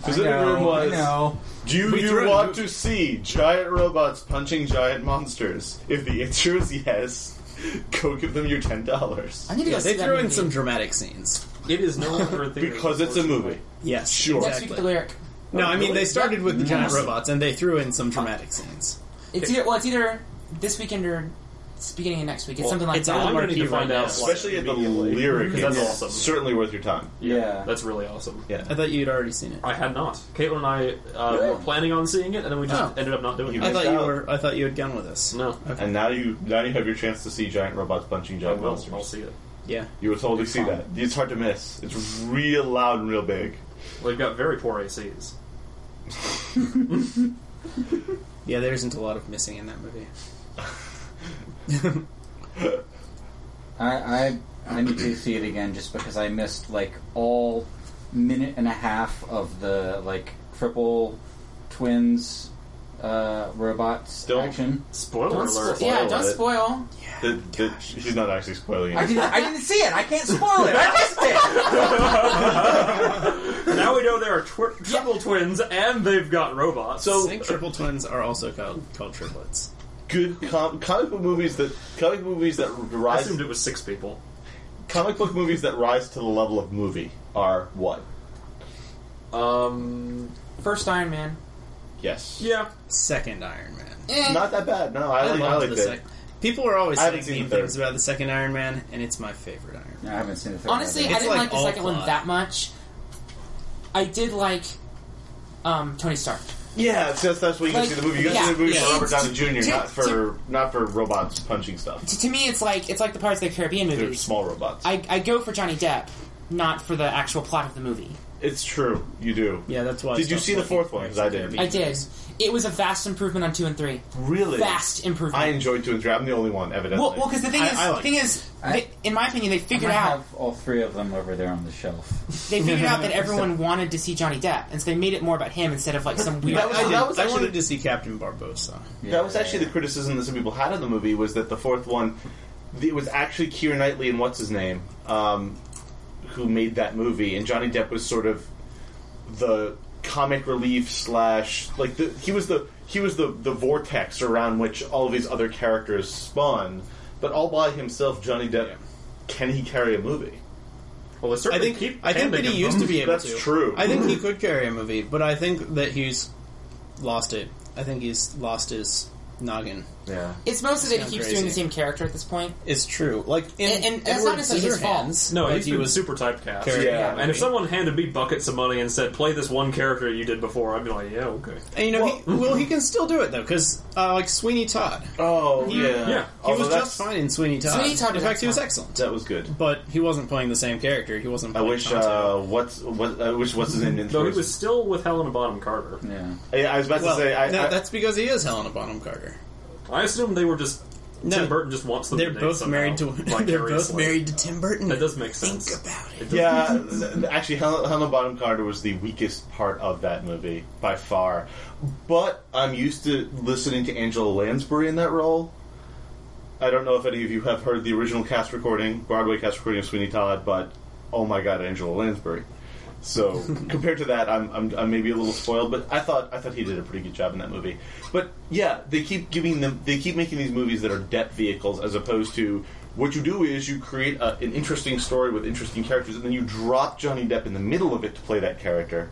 B: I
A: Pacific Rim
B: know, I
A: was.
B: know.
A: Do
G: We threw
A: you
G: in-
A: want to see giant robots punching giant monsters? If the answer is yes, <laughs> go give them your ten dollars
F: I need to
G: Yeah,
F: go
G: they
F: see that
G: threw in
F: movie.
G: some dramatic scenes.
D: It is no longer a thing
A: because it's a movie.
G: Yes,
A: Sure.
F: Next week, the
G: Exactly.
F: lyric.
G: No, I mean they started with the giant
F: Yes.
G: robots and they threw in some dramatic scenes.
F: It's either well, it's either this weekend or it's beginning of next week. It's something like
G: it's
F: that.
D: I'm
G: on-
D: gonna need to
G: Marquee
D: find
G: right
D: out.
G: now.
D: like,
A: Especially at the
D: immediately.
A: lyric,
D: Because that's
A: it's
D: awesome.
A: Certainly worth your time.
B: Yeah.
D: That's really awesome.
A: Yeah,
G: I thought you'd already seen it.
D: I had not. Caitlin and I uh,
B: Yeah.
D: were planning on seeing it, and then we just
G: Oh.
D: ended up not doing
A: You Oh,
D: it.
G: I
A: missed
G: thought you
A: out.
G: were. I thought you had gone with us.
D: No,
A: and now you now you have your chance to see giant robots punching
D: I
A: giant
D: will.
A: monsters.
D: I'll see it.
G: Yeah.
A: You will totally see
B: fine.
A: that. It's hard to miss. It's real loud and real big.
D: Well, they've got very poor ACs.
G: Yeah, there isn't a lot of missing in that movie.
B: I, I I need to see it again just because I missed like all minute and a half of the like triple twins uh, robots
A: Don't-
B: action.
D: Spoiler
F: Don't
D: alert.
F: spo- yeah,
A: Spoil
F: don't
A: it.
F: spoil.
A: The, the, she's not actually spoiling
B: I
A: it.
B: didn't, <laughs> I didn't see it. I can't spoil it. I missed it.
D: <laughs> now we know there are tw- triple twins, and they've got robots.
G: I think triple twins are also called called triplets.
A: Good com- comic book movies that comic movies that
D: I
A: rise
D: assumed it was six people.
A: comic book movies that rise to the level of movie are what?
D: Um,
F: First Iron Man.
A: Yes.
D: yeah.
G: Second Iron Man.
F: Eh,
A: Not that bad. No, I, like I
G: loved
A: like
G: the
A: it.
G: sec- People are always
A: I haven't
G: saying
A: seen
G: mean
A: the third.
G: things about the second Iron Man, and it's my favorite Iron Man.
B: No, I haven't seen the third
F: honestly, I
B: one.
G: It's
F: didn't
G: like
F: like the
G: all
F: second one
G: plot.
F: that much. I did like um, Tony Stark.
A: Yeah, it's just that's why you
F: Like,
A: can see the movie. You can see
F: yeah,
A: the movie
F: yeah.
A: for Robert Downey Jr.,
F: To-
A: not for not for robots punching stuff.
F: To, to me, it's like it's like the Pirates of the Caribbean
A: They're
F: movies.
A: small robots.
F: I, I go for Johnny Depp, not for the actual plot of the movie.
A: It's true. You do.
G: Yeah, that's why. I
A: Did you
G: stopped
A: see the
G: liking
A: fourth one? 'Cause I didn't.
F: I
G: Therapy.
F: did. It was a vast improvement on two and three.
A: Really?
F: Vast improvement.
A: I enjoyed two and three. I'm the only one, evidently.
F: well, because the thing
G: I-
F: is,
G: I like
F: the thing is,
B: I-
F: they, in my opinion, they
B: I
F: figured out
B: have all three of them over there on the shelf.
F: they figured out that everyone wanted to see Johnny Depp, and so they made it more about him instead of like some weird.
A: That was-
G: I, did.
A: that was
G: I
A: actually-
G: wanted to see Captain Barbosa.
A: that was actually the criticism that some people had of the movie was that the fourth one, it was actually Keira Knightley and what's his name, um, who made that movie, and Johnny Depp was sort of the comic relief slash like the he was the he was the the vortex around which all of these other characters spawn, but all by himself, Johnny Depp,
G: Yeah.
A: can he carry a movie?
D: Well, they
G: I
D: certainly
G: think
D: keep.
G: I think that
D: handing
G: he
D: him
G: used to
D: them.
G: be able
A: That's
G: to.
A: true.
G: I think he could carry a movie, but I think that he's lost it. I think he's lost his noggin.
A: Yeah.
F: It's mostly that
G: Sounds
F: he keeps
G: crazy.
F: doing the same character at this point.
G: It's true. Like in
F: And- and that's
G: Edward
F: not necessarily his fault.
G: Scissorhands,
D: No,
G: like,
D: he's
G: he
D: been
G: was
D: super typecast.
G: carrying
A: Yeah.
G: that
D: And if
G: movie.
D: someone handed me buckets of money and said, "Play this one character you did before," I'd be like, "Yeah, okay."
G: And, you know, he,
A: mm-hmm.
G: well, he can still do it though, because uh, like Sweeney Todd, he
A: Oh yeah.
D: Yeah.
A: Although
G: Mm-hmm. was
A: that's-
G: just fine in Sweeney Todd.
F: Sweeney Todd
G: in
F: was
G: fact, he was
F: excellent.
G: excellent,
A: That was good.
G: but he wasn't playing the same character. He wasn't.
A: I
G: playing
A: wish
G: Tonto.
A: uh, what's what I wish what's his name didn't
D: Though he
A: throw
D: was
A: his-
D: still with Helena Bonham Carter.
B: Yeah.
A: I, I was about
G: well,
A: to say I,
G: that-
A: I,
G: that's because he is Helena Bonham Carter.
D: I assume they were just.
G: No.
D: Tim Burton just wants them.
G: They're
D: to date
G: both
D: somehow,
G: married to. <laughs> They're both
D: vicariously.
G: married to Tim Burton.
D: That does make sense.
G: Think about it.
A: yeah, th- th- actually, Hel- Helena Bonham Carter was the weakest part of that movie by far. But I'm used to listening to Angela Lansbury in that role. I don't know if any of you have heard the original cast recording, Broadway cast recording of Sweeney Todd, but oh my god, Angela Lansbury. So compared to that, I'm, I'm, I'm maybe a little spoiled, but I thought I thought he did a pretty good job in that movie. But yeah, they keep giving them they keep making these movies that are debt vehicles as opposed to what you do is you create a, an interesting story with interesting characters, and then you drop Johnny Depp in the middle of it to play that character.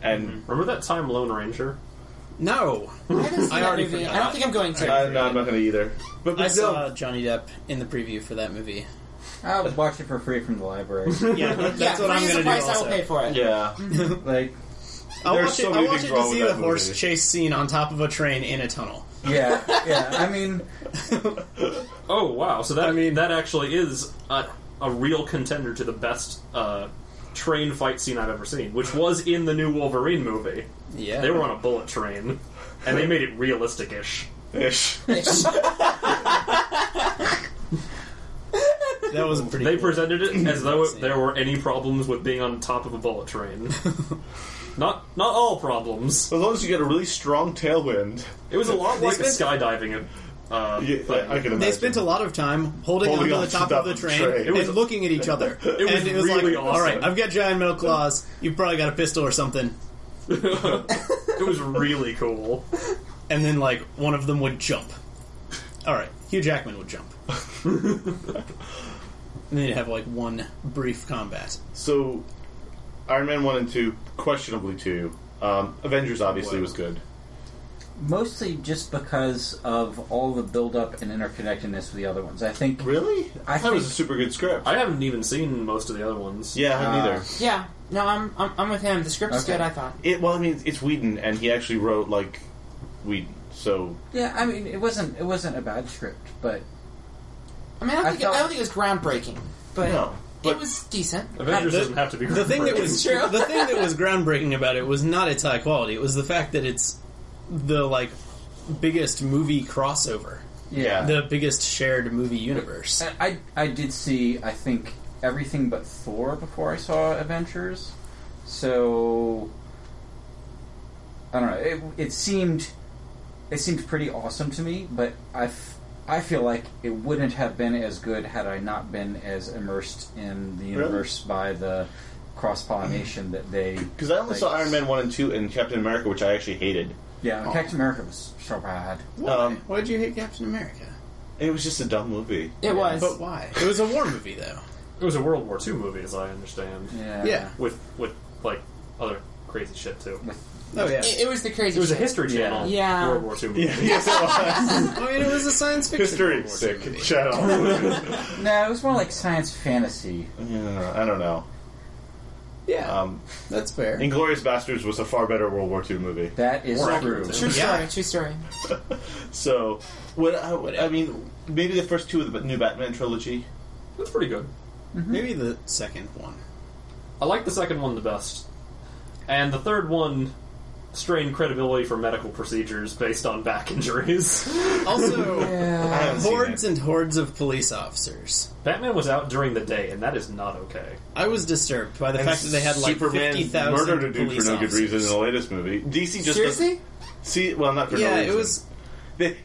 G: Mm-hmm.
A: And
D: Remember that time Lone Ranger?
G: No,
F: <laughs> I, haven't seen
G: I
F: that
G: already
F: movie.
G: forgot.
F: I don't think I'm going to.
A: I, no, I'm not going to either. But, but
G: I
A: no.
G: saw Johnny Depp in the preview for that movie.
B: I would watch it for free from
A: <laughs>
B: the library.
G: <laughs> Yeah, that's
F: yeah,
G: what
F: free
G: I'm
F: is
G: going to
F: the
G: do.
F: price
G: Also.
F: I will pay for it.
A: yeah,
B: like,
G: I'll
A: There's
G: watch it,
A: so
G: I'll
A: many
G: watch
A: things
G: it to
A: wrong
G: see
A: with
G: the
A: that
G: horse
A: movie.
G: chase scene on top of a train in a tunnel.
B: yeah, yeah. I mean,
D: Oh wow! So that I mean that actually is a, a real contender to the best uh, train fight scene I've ever seen, which was in the new Wolverine movie.
G: Yeah,
D: They were on a bullet train, and they made it realistic-ish.
A: ish.
G: that was
F: <laughs>
G: a pretty.
D: They
G: cool-
D: presented it as though
G: scene.
D: it, there were any problems with being on top of a bullet train. Not not all problems.
A: As long as you get a really strong tailwind,
D: It was a lot
G: They
D: like a
G: spent-
D: skydiving. Uh,
A: yeah, I,
D: thing.
A: I can imagine.
G: They spent a lot of time holding,
A: Holding
G: onto the top of the train,
A: It
D: was-
G: and looking at each other.
D: was
G: and it was
D: really
G: like,
D: awesome.
G: all right, I've got giant metal claws. You've probably got a pistol or something.
D: it was really cool.
G: And then like one of them would jump. All right, Hugh Jackman would jump. <laughs> and they'd have like one brief combat.
A: So, Iron Man one and two, questionably two. Um, Avengers obviously was good.
B: mostly just because of all the build-up and interconnectedness with the other ones. I think
A: Really?
B: I
A: I thought it was a
B: think-
A: super good script.
D: I haven't even seen most of the other ones.
A: yeah, I haven't
B: Uh,
A: either.
F: Yeah, no, I'm, I'm I'm with him. The script is
B: Okay.
F: good. I thought.
A: It, well, I mean, it's Whedon, and he actually wrote like Whedon. So
B: Yeah, I mean, it wasn't it wasn't a bad script, but
F: I mean, I, don't
B: I
F: think
B: felt-
F: I don't think it was groundbreaking, but
A: no, but
F: it was decent.
D: Avengers
G: The-
D: doesn't have to be
G: The thing that was
F: True.
G: the thing that was groundbreaking about it was not its high quality. It was the fact that it's the like biggest movie crossover,
A: Yeah.
G: the biggest shared movie universe.
B: I I did see I think everything but Thor before I saw Adventures, so I don't know. It, it seemed it seemed pretty awesome to me, but I, f- I feel like it wouldn't have been as good had I not been as immersed in the universe by the cross pollination
A: <clears throat>
B: that they.
A: because I only
B: like,
A: saw Iron Man one and two and Captain America, which I actually hated.
B: Yeah, Captain America was so bad.
A: Um,
G: why did you hate Captain America?
A: It was just a dumb movie.
F: It was.
G: But why? It was a war movie though.
D: It was a World War II movie, as I understand.
B: Yeah.
G: Yeah.
D: With with like other crazy shit too.
G: Oh yeah.
F: it, it was the crazy.
D: It was a
F: shit.
D: History
B: Yeah.
D: Channel
F: Yeah.
D: World War II
A: <laughs>
D: movie.
A: Yeah, yes, it was.
G: I mean, it was a science
A: <laughs>
G: fiction
A: History
G: World War II
A: sick
G: movie.
A: channel.
B: No, it was more like science fantasy.
A: <laughs> yeah, I don't know.
G: Yeah,
A: Um,
G: that's fair.
A: Inglorious Bastards was a far better World War II movie.
B: That is
D: More
B: true.
D: accurate.
F: True story.
G: Yeah.
F: True story.
A: So, what I, what- I mean, maybe the first two of the new Batman trilogy.
D: That's pretty good.
G: Maybe the second one.
D: I like the second one the best. And the third one strained credibility for medical procedures based on back <laughs> injuries.
G: <laughs> Also,
A: I haven't seen
G: hordes
A: it.
G: and hordes of police officers.
D: Batman was out during the day, and that is not okay.
G: I was disturbed by the
A: And
G: fact that they had like
A: Superman
G: fifty thousand
A: murdered a dude
G: police
A: for no good
G: officers.
A: reason in the latest movie. DC just
G: Seriously?
A: See, well, not for no
G: Yeah,
A: reason.
G: it was.
A: They-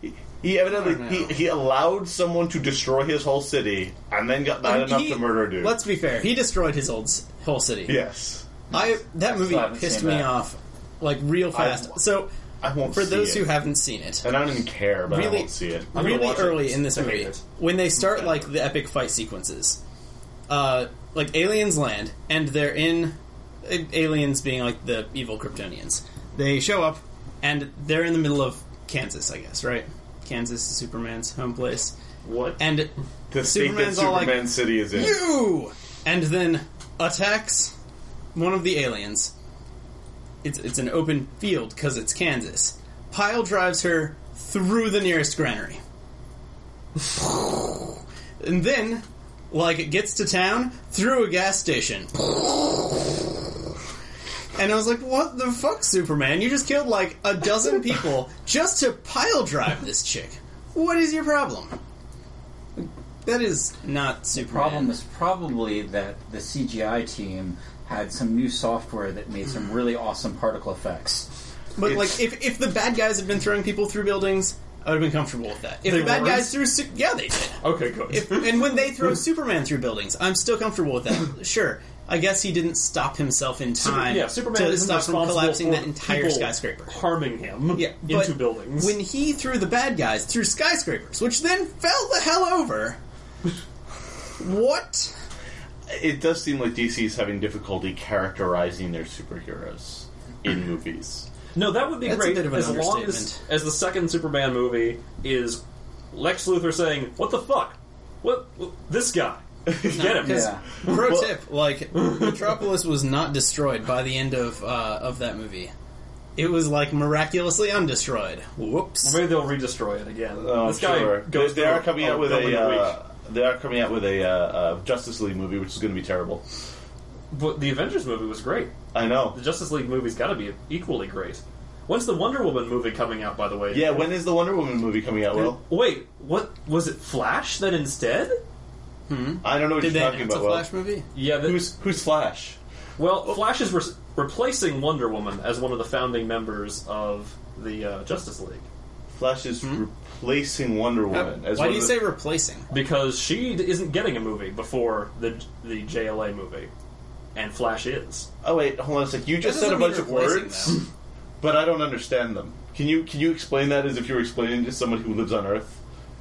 A: he evidently he, he allowed someone to destroy his whole city and then got mad enough
G: um, he-
A: to murder a dude.
G: Let's be fair. He destroyed his old s- whole city.
A: yes,
G: I that movie
B: haven't
G: pissed
B: seen
G: me
B: that.
G: off like real fast. so
A: I won't.
G: for
A: see
G: those
A: it.
G: who haven't seen it,
A: and I don't even care, but I
G: Really-
A: won't see it.
D: I'm gonna
G: really
D: watch it.
G: early in this
D: I hate
G: movie
D: it.
G: when they start like the epic fight sequences uh, like aliens land and they're in a- aliens being like the evil kryptonians they show up and they're in the middle of kansas i guess right kansas is superman's home place
D: What?
G: and
A: The state that
G: Superman's all like,
A: Superman City is in.
G: you and then attacks one of the aliens it's, it's an open field because it's kansas pile drives her through the nearest granary and then like it gets to town through a gas station and i was like what the fuck superman you just killed like a dozen people just to pile drive this chick what is your problem that is not
B: The
G: Superman.
B: problem is probably that the CGI team had some new software that made
A: Mm.
B: some really awesome particle effects.
G: But
A: It's-
G: like, if, if the bad guys had been throwing people through buildings, I would have been comfortable with that. If
D: They
G: the bad
D: weren't?
G: guys threw, su- yeah, they did.
D: okay, good.
G: If, and when
D: <laughs>
G: they throw Superman through buildings, I'm still comfortable with that. Sure, I guess he didn't stop himself in time
D: yeah, Superman
G: to
D: is
G: stop from
D: responsible
G: collapsing
D: for
G: that entire
D: people
G: skyscraper.
D: harming him
G: Yeah, but
D: into buildings.
G: When he threw the bad guys through skyscrapers, which then fell the hell
D: <laughs>
G: over. what?
A: It does seem like DC is having difficulty characterizing their superheroes in movies.
D: No, that would be
G: That's a
D: great
G: bit of an
D: as long as,
G: understatement.
D: as the second Superman movie is Lex Luthor saying, "What the fuck? What, what- this guy? <laughs> Get him!"
B: Yeah.
G: Pro tip: Like Metropolis was not destroyed by the end of uh, of that movie. It was like miraculously undestroyed. Whoops.
D: Maybe they'll redestroy it again.
A: Oh,
D: this guy
A: sure.
D: goes.
A: they, they
D: through
A: are coming out with
D: building
A: a.
D: week.
A: Uh, they are coming out with a uh, uh, Justice League movie, which is going to be terrible.
D: But the Avengers movie was great.
A: I know.
D: The Justice League movie's got to be equally great. When's the Wonder Woman movie coming out? By the way,
A: Yeah, when is the Wonder Woman movie coming out? Will
D: Wait, what was it? Flash? Then instead?
A: I don't know what
G: Did they
A: you're talking
G: announce a
A: about. Will.
G: Flash movie?
D: Yeah. that-
A: Who's who's Flash?
D: well, Flash is re- replacing Wonder Woman as one of the founding members of the uh, Justice League.
A: Flash is replacing Wonder Woman. as
G: Hmm? Uh, Why
A: one
G: do you
A: of
G: say
A: the-
G: replacing?
D: because she d- isn't getting a movie before the the JLA movie, and Flash is.
A: Oh wait, hold on a sec. You just said a
G: doesn't mean
A: bunch of
G: replacing,
A: words,
G: though.
A: <laughs> but I don't understand them. Can you can you explain that as if you were explaining to someone who lives on Earth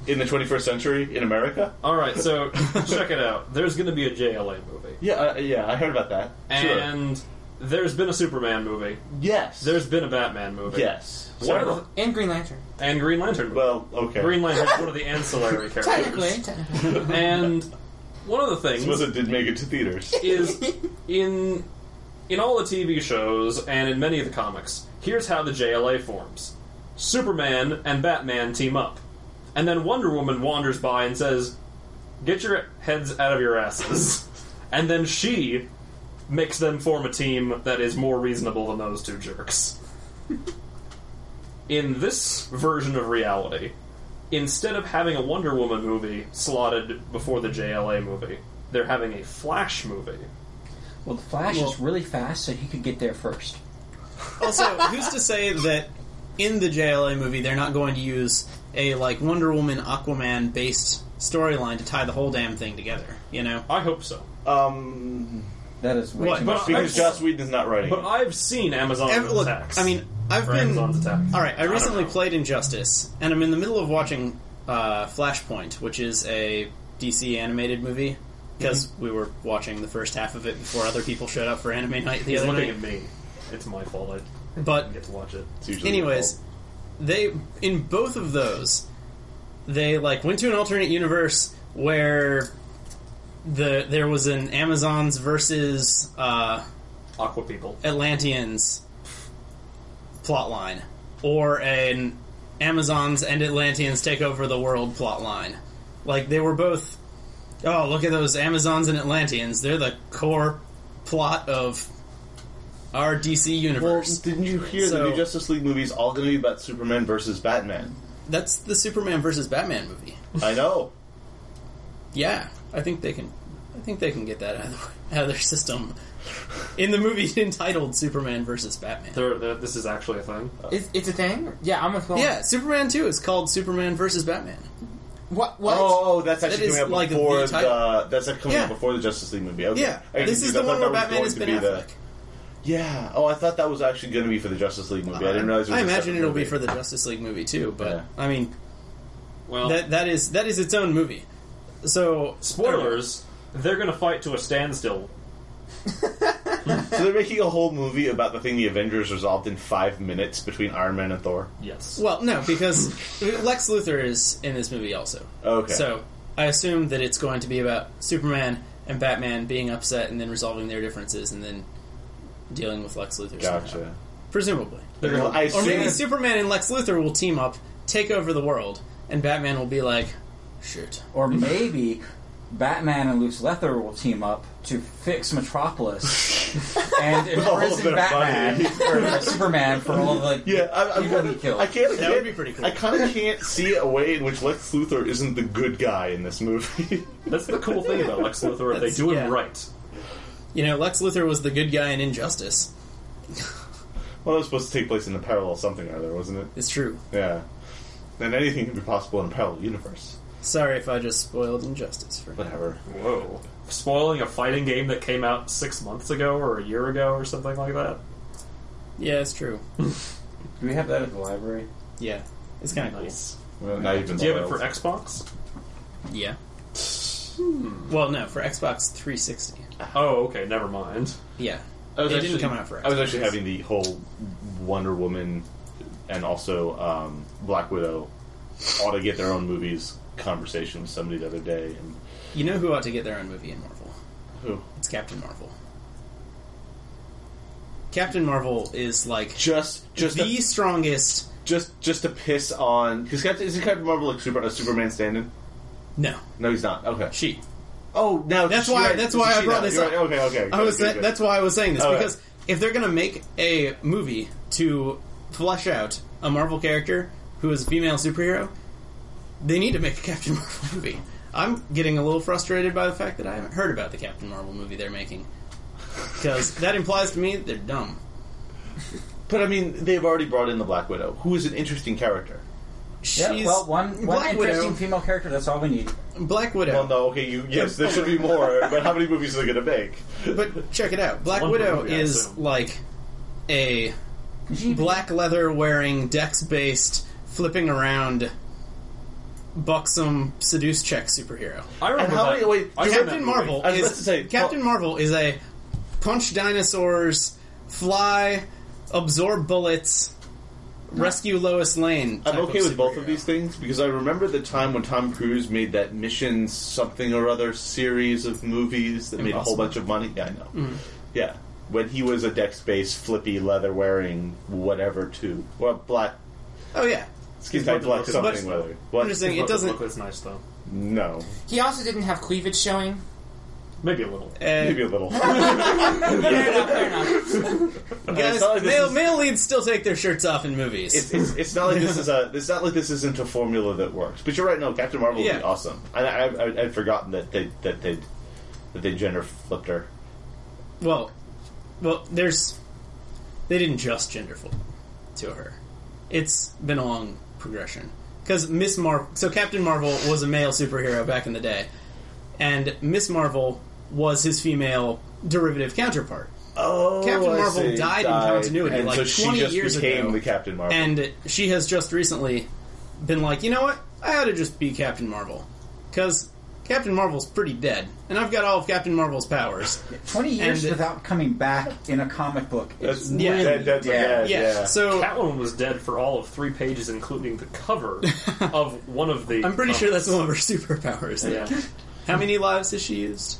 A: in the 21st century in America?
D: All right, so <laughs> check it out. There's going to be a JLA movie,
A: Yeah, uh, yeah, I heard about that. sure.
D: and there's been a Superman movie.
A: Yes,
D: There's been a Batman movie.
A: yes.
D: What are the-
F: And Green Lantern.
D: and Green Lantern. Movie.
A: Well, okay.
D: Green Lantern's one of the ancillary characters.
F: Technically, technically.
D: And one of the things
A: This was it did make it to
G: <laughs>
A: theaters.
D: is in in all the TV shows and in many of the comics. Here's how the JLA forms: Superman and Batman team up, and then Wonder Woman wanders by and says, "Get your heads out of your asses," <laughs> and then she makes them form a team that is more reasonable than those two jerks. in this version of reality, instead of having a Wonder Woman movie slotted before the JLA movie, they're having a Flash movie.
B: Well, the Flash is really fast, so he could get there first.
G: Also, who's to say that in the JLA movie they're not going to use a like Wonder Woman Aquaman based storyline to tie the whole damn thing together? You know,
D: I hope so.
A: Um,
B: That is way
G: What?
B: too
G: But-
B: much.
A: because Joss Whedon is not writing.
D: But
G: uh,
A: it.
D: I've seen Amazon
G: Ev- look,
D: attacks.
G: I mean, I've
D: or
G: been
D: Amazon's attacks.
G: All right, I
D: don't
G: recently
D: know.
G: played Injustice, and I'm in the middle of watching uh, Flashpoint, which is a DC animated
D: Mhm.
G: movie. Because we were watching the first half of it before other people showed up for anime night the
D: He's
G: other
D: looking
G: night.
D: at me. It's my fault. I
G: But
D: didn't get to watch it.
A: It's usually
G: anyways,
A: awful.
G: they in both of those, they like went to an alternate universe where the there was an Amazons versus uh,
D: Aqua people.
G: Atlanteans plotline, or an Amazons and Atlanteans take over the world plotline. Like they were both. Oh, look at those Amazons and Atlanteans! They're the core plot of our DC
A: Well,
G: universe.
A: didn't you hear
G: So-
A: the new Justice League movie's all going to be about Superman versus Batman?
G: That's the Superman versus Batman movie.
A: I know.
G: Yeah, I think they can. I think they can get that out of, out of their system. In the movie <laughs> entitled Superman versus Batman.
D: There, there, this is actually a thing. Uh,
F: It's, it's a thing. Yeah, I'm with. Will.
G: Yeah, Superman 2 is called Superman versus Batman.
F: What? What?
A: Oh, oh, that's
G: That
A: actually
G: is
A: coming up
G: like
A: before
G: the title.
A: the that's like coming
G: Yeah.
A: up before the Justice League movie. Okay.
G: Yeah,
A: I didn't
G: this
A: see
G: is
A: that.
G: the
A: I
G: one
A: thought
G: where
A: that was
G: Batman
A: going
G: is
A: to
G: Ben
A: be
G: Affleck.
A: the- Yeah. Oh, I thought that was actually going to be for the Justice League movie. I didn't realize. It was
G: I
A: a
G: imagine
A: separate
G: it'll be
A: movie.
G: for the Justice League movie too, but
A: Yeah.
G: I mean
D: Well,
G: that that is that is its own movie. So
D: spoilers. They're going to fight to a standstill.
A: So they're making a whole movie about the thing the Avengers resolved in five minutes between Iron Man and Thor.
D: Yes.
G: Well, no, because Lex Luthor is in this movie also.
A: Okay.
G: So I assume that it's going to be about Superman and Batman being upset and then resolving their differences and then dealing with Lex Luthor. somehow.
A: Gotcha.
G: Presumably.
A: Well, I
G: Or maybe
A: assume-
G: Superman and Lex Luthor will team up, take over the world, and Batman will be like, "Shoot,
B: Or maybe Batman and Luke Lethor will team up to fix
A: <laughs>
B: Metropolis and
A: all
B: imprison
A: their <laughs>
B: Batman
A: money.
B: or uh, Superman for all the
A: Yeah, I, I'm
B: people
A: gonna,
B: he killed.
A: I can't.
G: That would be pretty cool.
A: I kind of can't see a way in which Lex Luthor isn't the good guy in this movie. <laughs>
D: That's the cool thing about Lex Luthor. if they
G: That's-
D: do
G: yeah.
D: it right.
G: you know, Lex Luthor was the good guy in Injustice."
A: well, that was supposed to take place in a parallel something or other, wasn't it?
G: It's true.
A: Yeah. And anything can be possible in a parallel universe.
G: Sorry if I just spoiled Injustice for
A: Whatever.
D: Whoa. Spoiling a fighting game that came out six months ago or a year ago or something like that.
G: Yeah, it's true.
B: Do we have that at the library?
G: Yeah, it's kind of
D: Nice.
A: Well, now you've been
D: Do you have it for
A: spoiled.
D: Xbox?
G: cool. Yeah.
A: Hmm.
G: Well, no, for Xbox 360.
D: Oh, okay. Never mind.
G: Yeah,
A: I was
G: it
A: actually-
G: didn't come out for. Xbox.
A: I was actually having the whole Wonder Woman and also um, Black Widow ought to get their own movies conversation with somebody the other day. And
G: You know who ought to get their own movie in Marvel?
A: who?
G: It's Captain Marvel. Captain Marvel is like
A: Just, just
G: the
A: to,
G: strongest.
A: just, just to piss on because Captain isn't Captain Marvel like super, a Superman stand-in?
G: No,
A: No, he's not. Okay.
G: she.
A: Oh, now
G: That's
A: you're
G: why-
A: Right.
G: that's why I
A: She
G: brought
A: now.
G: this
A: You're
G: up.
A: Right. Okay, okay.
G: I was.
A: good,
G: That,
A: good.
G: That's why I was saying this
A: All right.
G: because if they're gonna make a movie to flesh out a Marvel character who is a female superhero, they need to make a Captain <laughs> Marvel movie. I'm getting a little frustrated by the fact that I haven't heard about the Captain Marvel movie they're making because that implies to me that they're dumb.
A: But I mean, they've already brought in the Black Widow, who is an interesting character.
G: She's
B: Yeah, well, one, one
G: Black
B: interesting
G: Widow.
B: female character, that's all we need.
G: Black Widow.
A: Well, no, okay, you yes, there should be more. But how many movies are they going to make?
G: But check it out. Black
D: One
G: Widow
D: movie, I
G: is
D: assume.
G: like a black leather wearing, dex based, flipping around, buxom, seduce check superhero.
D: I remember
A: how
D: that.
A: many- wait,
D: I remember
G: Captain
D: that
G: Marvel
D: movie.
A: I was
G: is
A: about to say,
G: Captain Marvel is a punch dinosaurs, fly, absorb bullets, rescue Lois Lane.
A: I'm
G: type
A: okay with both of
G: superhero.
A: these things because I remember the time when Tom Cruise made that Mission something or other series of movies that made a whole
G: Impossible. Mm.
A: bunch of money. Yeah, I know. Yeah, when he was a deck-based, flippy, leather-wearing, whatever, too, or black
G: Oh yeah,
A: skin
D: He's
A: type,
D: about to
A: black
D: look it
A: something,
D: up.
A: leather. What?
G: I'm just saying
D: His
G: it
D: butt
G: doesn't.
D: look as nice though.
A: No,
F: He also didn't have cleavage showing.
D: Maybe a little.
G: eh,
A: maybe a
G: <laughs>
A: little.
F: Fair enough. Fair enough.
G: guys,
A: not like this
G: male,
A: is-
G: male leads still take their shirts off in movies.
A: it's, it's, it's not like this is a it's not like this isn't a formula that works. But you're right. No, Captain Marvel would
G: Yeah.
A: be awesome. I, I, I I'd forgotten that they that they that they gender flipped her.
G: Well, well, there's they didn't just gender flip to her. It's been a long progression because Miss Marvel. So Captain Marvel was a male superhero back in the day, and Miss Marvel was his female derivative counterpart.
A: Oh,
G: Captain I Marvel see. died in continuity,
A: and
G: like,
A: so she
G: 20
A: just
G: years
A: became
G: ago.
A: the Captain Marvel.
G: And she has just recently been like, you know what? I ought to just be Captain Marvel because Captain Marvel's pretty dead, and I've got all of Captain Marvel's powers.
B: 20 years
G: And-
B: without coming back in a comic book.
A: that's,
B: It's
G: yeah.
A: yeah, that, that's
B: Yeah.
A: <laughs> yeah, yeah.
G: So
D: Catwoman was dead for all of three pages, including the
G: <laughs>
D: cover of one of the.
G: I'm pretty sure
A: Oh.
G: that's one
D: comics.
G: of her <laughs> superpowers.
D: Yeah.
G: <laughs> How many lives has she used?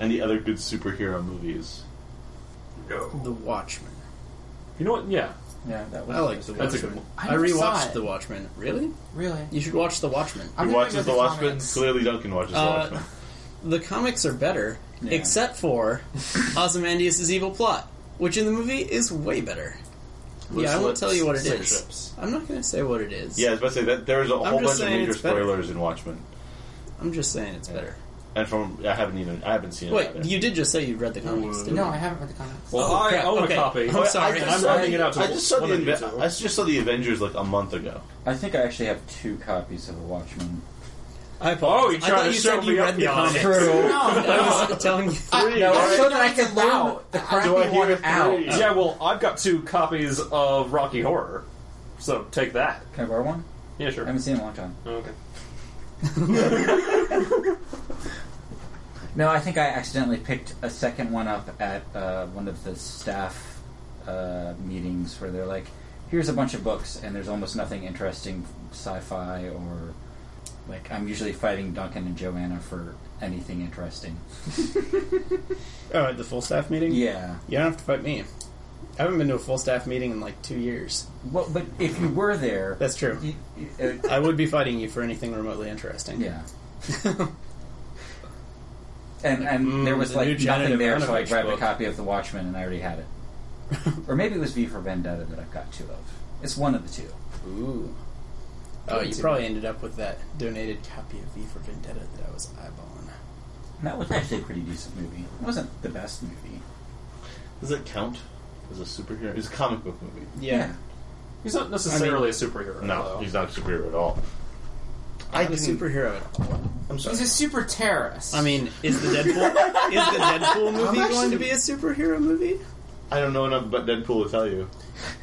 A: and the other good superhero movies.
G: the Watchmen.
D: You know what? Yeah,
B: yeah, that was
G: I like the Watchmen.
D: that's a good one.
F: I
G: I
F: never saw
G: rewatched
F: it.
G: The Watchmen. Really?
F: Really?
G: You should watch The Watchmen.
F: I'm
A: Who
F: gonna
A: watches
F: read
A: The
F: the
A: Watchmen?
F: comics.
A: Clearly, Duncan watches
G: Uh,
A: The Watchmen.
G: The comics are better,
B: Yeah.
G: <laughs> except for Ozymandias' evil plot. which in the movie is way better.
D: Let's-
G: yeah, I won't
D: let's
G: tell you what it
D: say
G: is.
D: ships.
G: I'm not going to say what it is.
A: Yeah, I was about to say that there's a whole
G: just
A: bunch of
G: saying
A: major
G: it's better.
A: spoilers in Watchmen,
G: I'm just saying it's better.
A: and from I haven't even I haven't seen it.
G: Wait,
A: either.
G: you did just say you read the comics, didn't
F: No,
G: you?
F: I haven't read the comics.
D: Well,
G: Oh,
D: I
G: crap,
D: own
G: okay.
D: a copy.
G: I'm sorry.
A: I
D: I'm
A: saw-
D: bringing it out to
A: I just saw
D: one
A: the
D: of you
A: Inve-
D: two.
A: I just saw the Avengers like a month ago.
B: I think I actually have two copies of The Watchmen.
G: I
D: Oh, you're
G: apologize. I
D: trying
G: thought
D: to
G: you
D: show
G: said
D: me
G: you
D: up
G: read the
D: beyond
G: comics.
D: it.
G: <laughs>
B: True.
G: I was telling you <laughs> three.
A: No, I-
F: so that I could loan
B: out
F: the
A: Do I
F: crappy
A: hear
F: one
A: it?
F: out.
D: Yeah, well, I've got two copies of Rocky Horror, so take that.
B: Can I borrow one?
D: Yeah,
B: I
D: sure.
B: haven't seen it in a long time.
D: Okay.
B: No, I think I accidentally picked a second one up at uh, one of the staff uh, meetings where they're like, "Here's a bunch of books, and there's almost nothing interesting sci-fi or like." I'm usually fighting Duncan and Joanna for anything interesting.
G: Oh, at the full staff meeting?
B: Yeah,
G: You don't have to fight me. I haven't been to a full staff meeting in like two years.
B: well, but if you were there,
G: That's true.
B: you, you- uh,
G: I would be fighting you for anything remotely interesting.
B: yeah. And and
G: Mm,
B: there was
G: the new
B: like
G: Janet
B: nothing there, so I
G: Ivanovich
B: grabbed
G: book.
B: a copy of The Watchmen, and I already
G: <laughs>
B: had it. or maybe it was V for Vendetta that I've got two of. It's one of the two.
G: Ooh. Oh, you probably ended up with that donated copy of V for Vendetta that I was eyeballing.
B: That was actually a pretty decent movie. It wasn't the best movie.
A: Does it count as a superhero? It's a comic book movie.
G: Yeah.
D: He's not necessarily a superhero.
A: No,
D: though.
A: he's not a superhero at all.
G: I'm a superhero at all.
A: I'm sorry.
F: He's a super terrorist.
G: I mean, is the Deadpool is the <laughs> Deadpool movie
A: actually-
G: going to be a superhero movie?
A: I don't know enough about Deadpool to tell you.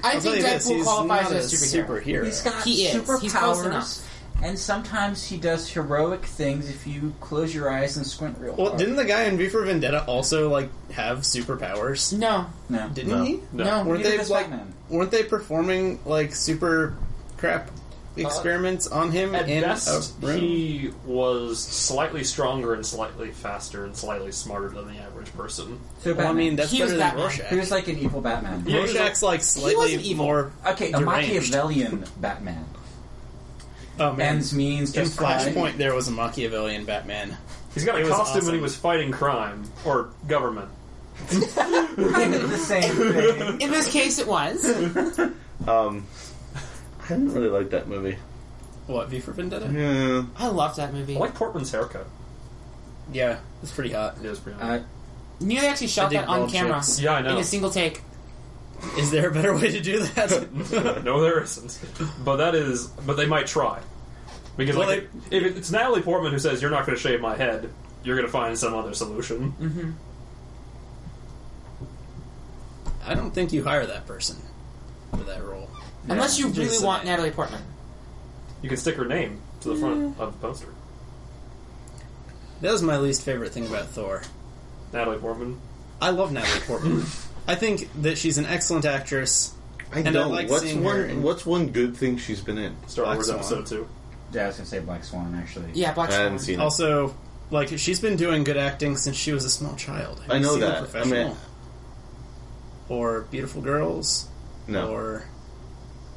F: I
G: I'll tell
F: think
G: you this,
F: Deadpool
G: he's
F: qualifies
G: not
F: as a superhero.
B: He's got
F: He is.
B: superpowers,
F: He's close enough.
B: and sometimes he does heroic things if you close your eyes and squint real
G: Well,
B: hard.
G: didn't the guy in V for Vendetta also like have superpowers?
F: No,
B: no.
G: Didn't
A: No.
G: he?
D: No.
F: no.
G: Weren't
B: Neither
G: they
B: does
G: like?
B: Batman.
G: Weren't they performing like super crap experiments on him
D: At
G: in
D: best,
G: a room?
D: he was slightly stronger and slightly faster and slightly smarter than the average person.
B: So
G: well, I
B: Batman.
G: mean, that's
F: He
G: better
F: was
G: than
F: Batman.
G: Rorschach.
B: he was like an evil Batman.
D: Yeah, he was
G: Rorschach's like slightly
F: wasn't evil.
G: more.
B: Okay, a
G: deranged.
B: Machiavellian Batman.
G: Oh man,
B: Ends means
G: in
B: just
G: Flashpoint there was a Machiavellian Batman.
D: He's got a
G: It was
D: costume when he
G: awesome.
D: was fighting crime or government.
B: Kind of the same thing.
F: In this case, it was.
G: <laughs>
A: Um, I didn't really like that movie.
G: What V for Vendetta?
A: Yeah.
F: I loved that movie.
D: I like Portman's haircut.
G: Yeah, it's pretty hot.
D: It is
B: <laughs>
D: pretty.
B: Uh,
F: You know they actually shot
G: dig
F: that on
G: bald
F: camera
G: chicks.
D: yeah, I know.
F: in a single take.
G: Is there a better way to do that?
D: <laughs>
G: <laughs>
D: No, there isn't. But that is. But they might try. Because
G: Well,
D: like, if it- it's Natalie Portman who says you're not going to shave my head, you're going to find some other solution.
G: Mm. I don't think you hire that person for that role.
F: Unless you
G: just
F: really
G: so
F: want
G: that-
F: Natalie Portman.
D: You can stick her name to the front of the poster.
G: That was my least favorite thing about Thor.
D: Natalie Portman.
G: I love Natalie Portman. I think that she's an excellent actress.
A: I
G: And I
A: don't.
G: like
A: what's
G: seeing
A: one?
G: her in-
A: What's one good thing she's been in?
D: Star
G: Black
D: Wars
G: Swan.
D: episode two.
B: yeah, I was gonna say Black Swan actually.
F: Yeah, Black
A: I
F: Swan.
A: haven't seen it.
G: Also, like she's been doing good acting since she was a small child. Have
A: I
G: you
A: know
G: seen The
A: that. I
G: Professional?
A: mean-
G: or Beautiful Girls.
A: no.
G: Or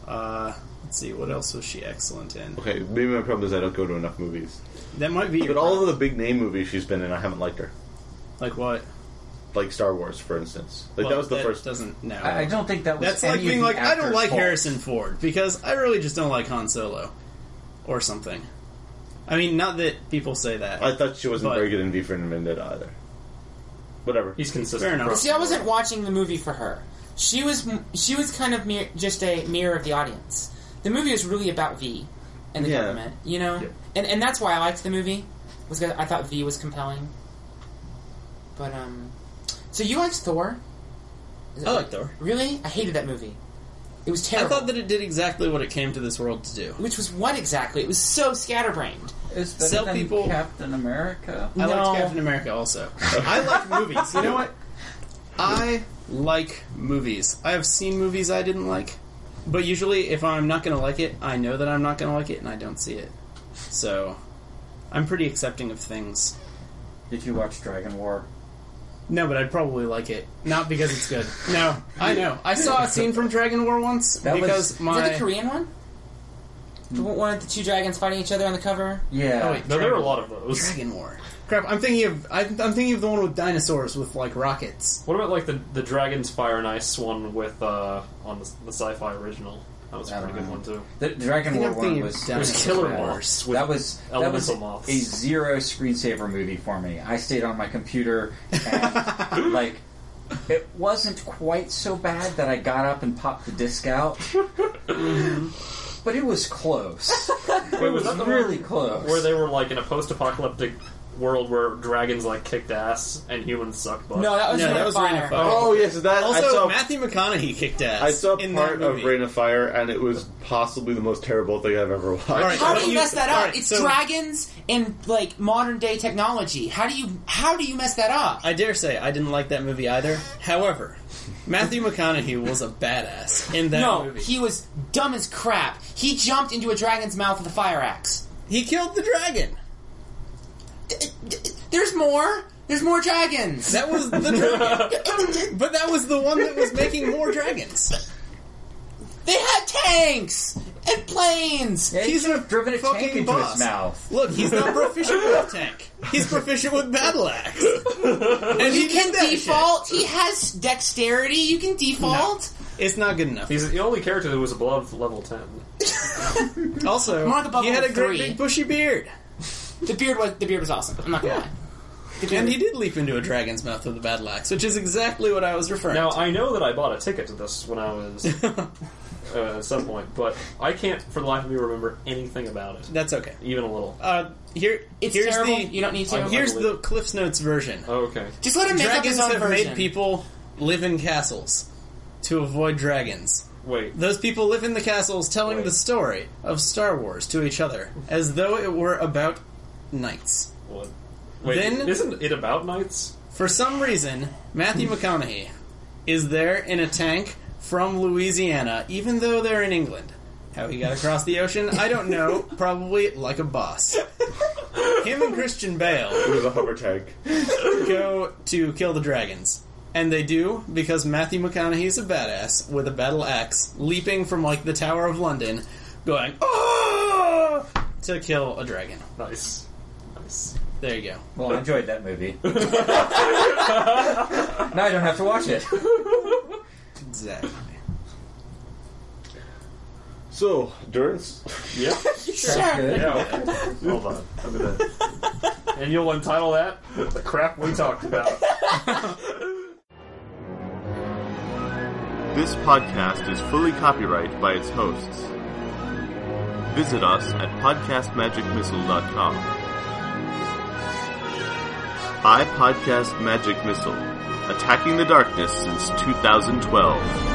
G: uh, let's see, what else was she excellent in?
A: Okay, maybe my problem is I don't go to enough movies.
G: That might be.
A: But all of the big name movies she's been in, I haven't liked her.
G: like what?
A: Like Star Wars, for instance. Like that
G: Well,
A: was the first.
G: Doesn't no.
B: I, I don't think that was.
G: That's
B: any
G: like
B: of
G: being
B: the
G: like, I don't
B: actor's
G: like
B: fault.
G: Harrison Ford because I really just don't like Han Solo, or something. I mean, not that people say that.
A: I thought she wasn't
G: But-
A: very good in V for Vendetta either. Whatever.
D: He's consistent.
G: Fair enough.
D: across
F: See, I
D: the
F: wasn't
D: board.
F: watching the movie for her. She was she was kind of mir- just a mirror of the audience. The movie was really about V and the
A: Yeah.
F: government, you know,
D: Yeah.
F: and and that's why I liked the movie. Was 'cause I thought V was compelling. But um, so you liked Thor? Is it
G: I
F: right?
G: like Thor.
F: Really, I hated that movie. It was
G: I
F: terrible.
G: thought that it did exactly what it came to this world to do.
F: Which was what exactly? It was so scatterbrained.
B: It's better
G: Sell
B: than
G: people-
B: Captain America.
G: I
F: No.
G: liked Captain America <laughs> also. I like movies. You know what? I like movies. I have seen movies I didn't like, but usually if I'm not going to like it, I know that I'm not going to like it and I don't see it. So, I'm pretty accepting of things.
B: Did you watch Dragon War?
G: No, but I'd probably like it. Not because it's good. No, <laughs> I know. I saw a scene from Dragon War once
B: That was-
G: because
F: Is
G: my
F: that the Korean one? The one of the two dragons fighting each other on the cover.
B: Yeah.
G: Oh, wait.
D: No, there are a lot of those.
G: Dragon War. Crap, I'm thinking of I'm, I'm thinking of the one with dinosaurs with like rockets.
D: What about like the the Dragon's Fire and Ice one with uh on the, the sci-fi original? That was a
B: I
D: pretty
B: don't
D: good
B: know.
D: one too.
B: The Dragon
G: think
B: War
G: I'm
B: one
G: thinking
B: was
G: Dinosaur
D: There's Killer
B: bad.
D: Moths with
B: That was that was
D: elemental moths.
B: a zero screensaver movie for me. I stayed on my computer
G: <laughs>
B: and like it wasn't quite so bad that I got up and popped the disc
G: <laughs>
B: out. but it was close. It was
D: that the
B: really
D: one
B: close.
D: Where they were like in a post-apocalyptic world where dragons like kicked ass and humans suck butt.
F: No, that was
G: No,
F: Ring
G: that
F: of
G: was
F: Fire.
G: Ring of Fire.
A: Oh yes, that I
G: Also,
A: saw.
G: Matthew McConaughey kicked ass.
A: I saw
G: in
A: part
G: that
A: of
G: movie.
A: Rain of Fire, and it was possibly the most terrible thing I've ever watched.
G: All right,
F: How
G: what
F: do you mess that
G: all
F: up?
G: right,
F: it's
G: so
F: dragons and like modern day technology. How do you how do you mess that up?
G: I dare say I didn't like that movie either. However, Matthew McConaughey was a badass in that
F: no,
G: movie.
F: he was dumb as crap. He jumped into a dragon's mouth with a fire axe.
G: He killed the dragon.
F: D- d- d- There's more. There's more dragons.
G: That was the dragon. <laughs> but that was the one that was making more dragons.
F: <laughs> They had tanks and planes.
B: Yeah, he
G: He's
B: should have driven a
G: fucking
B: tank into
G: boss.
B: his mouth.
G: Look, he's not proficient with tank. He's proficient with battle axe. And he
F: You can
G: did that shit.
F: default. He has dexterity. You can default.
G: It's not good enough.
D: He's the only character that was above level ten.
G: Also,
F: Mark above
G: he had a
F: level three.
G: great big bushy beard.
F: The beard was the beard was awesome. I'm not gonna lie. The beard-
G: And he did leap into a dragon's mouth with a battle axe, which is exactly what I was referring
D: Now
G: to.
D: I know that I bought a ticket to this when I was uh, at some point, but I can't for the life of me remember anything about it,
G: That's okay.
D: even a little.
G: Uh, here,
F: It's
G: here's
F: terrible.
G: the
F: you don't need to.
G: here's the Cliff's Notes version.
D: Okay,
F: Just let him make up
G: dragons
F: his own
G: have
F: version.
G: made people live in castles to avoid dragons.
D: wait.
G: Those people live in the castles telling
D: Wait.
G: the story of Star Wars to each other as though it were about knights.
D: What? Wait,
G: Then-
D: isn't it about knights?
G: For some reason,
F: <laughs>
G: Matthew McConaughey is there in a tank from Louisiana, even though they're in England. How he got across the ocean, I don't
F: <laughs>
G: know. Probably like a boss. Him and Christian Bale
A: It was a hover tank.
G: go to kill the dragons. And they do because Matthew McConaughey is a badass with a battle axe, leaping from like the Tower of London, going "Ah!" to kill a dragon.
D: Nice, nice.
G: There you go.
B: Well, I enjoyed that movie. <laughs> now I don't have to watch it.
G: Exactly.
A: So Durance,
D: Yep.
F: Sure.
D: Yeah. Hold on. Look at that. <laughs> And you'll entitle that The Crap We Talked About.
H: This podcast is fully copyrighted by its hosts. Visit us at podcastmagicmissile.com. I Podcast Magic Missile, attacking the darkness since 2012.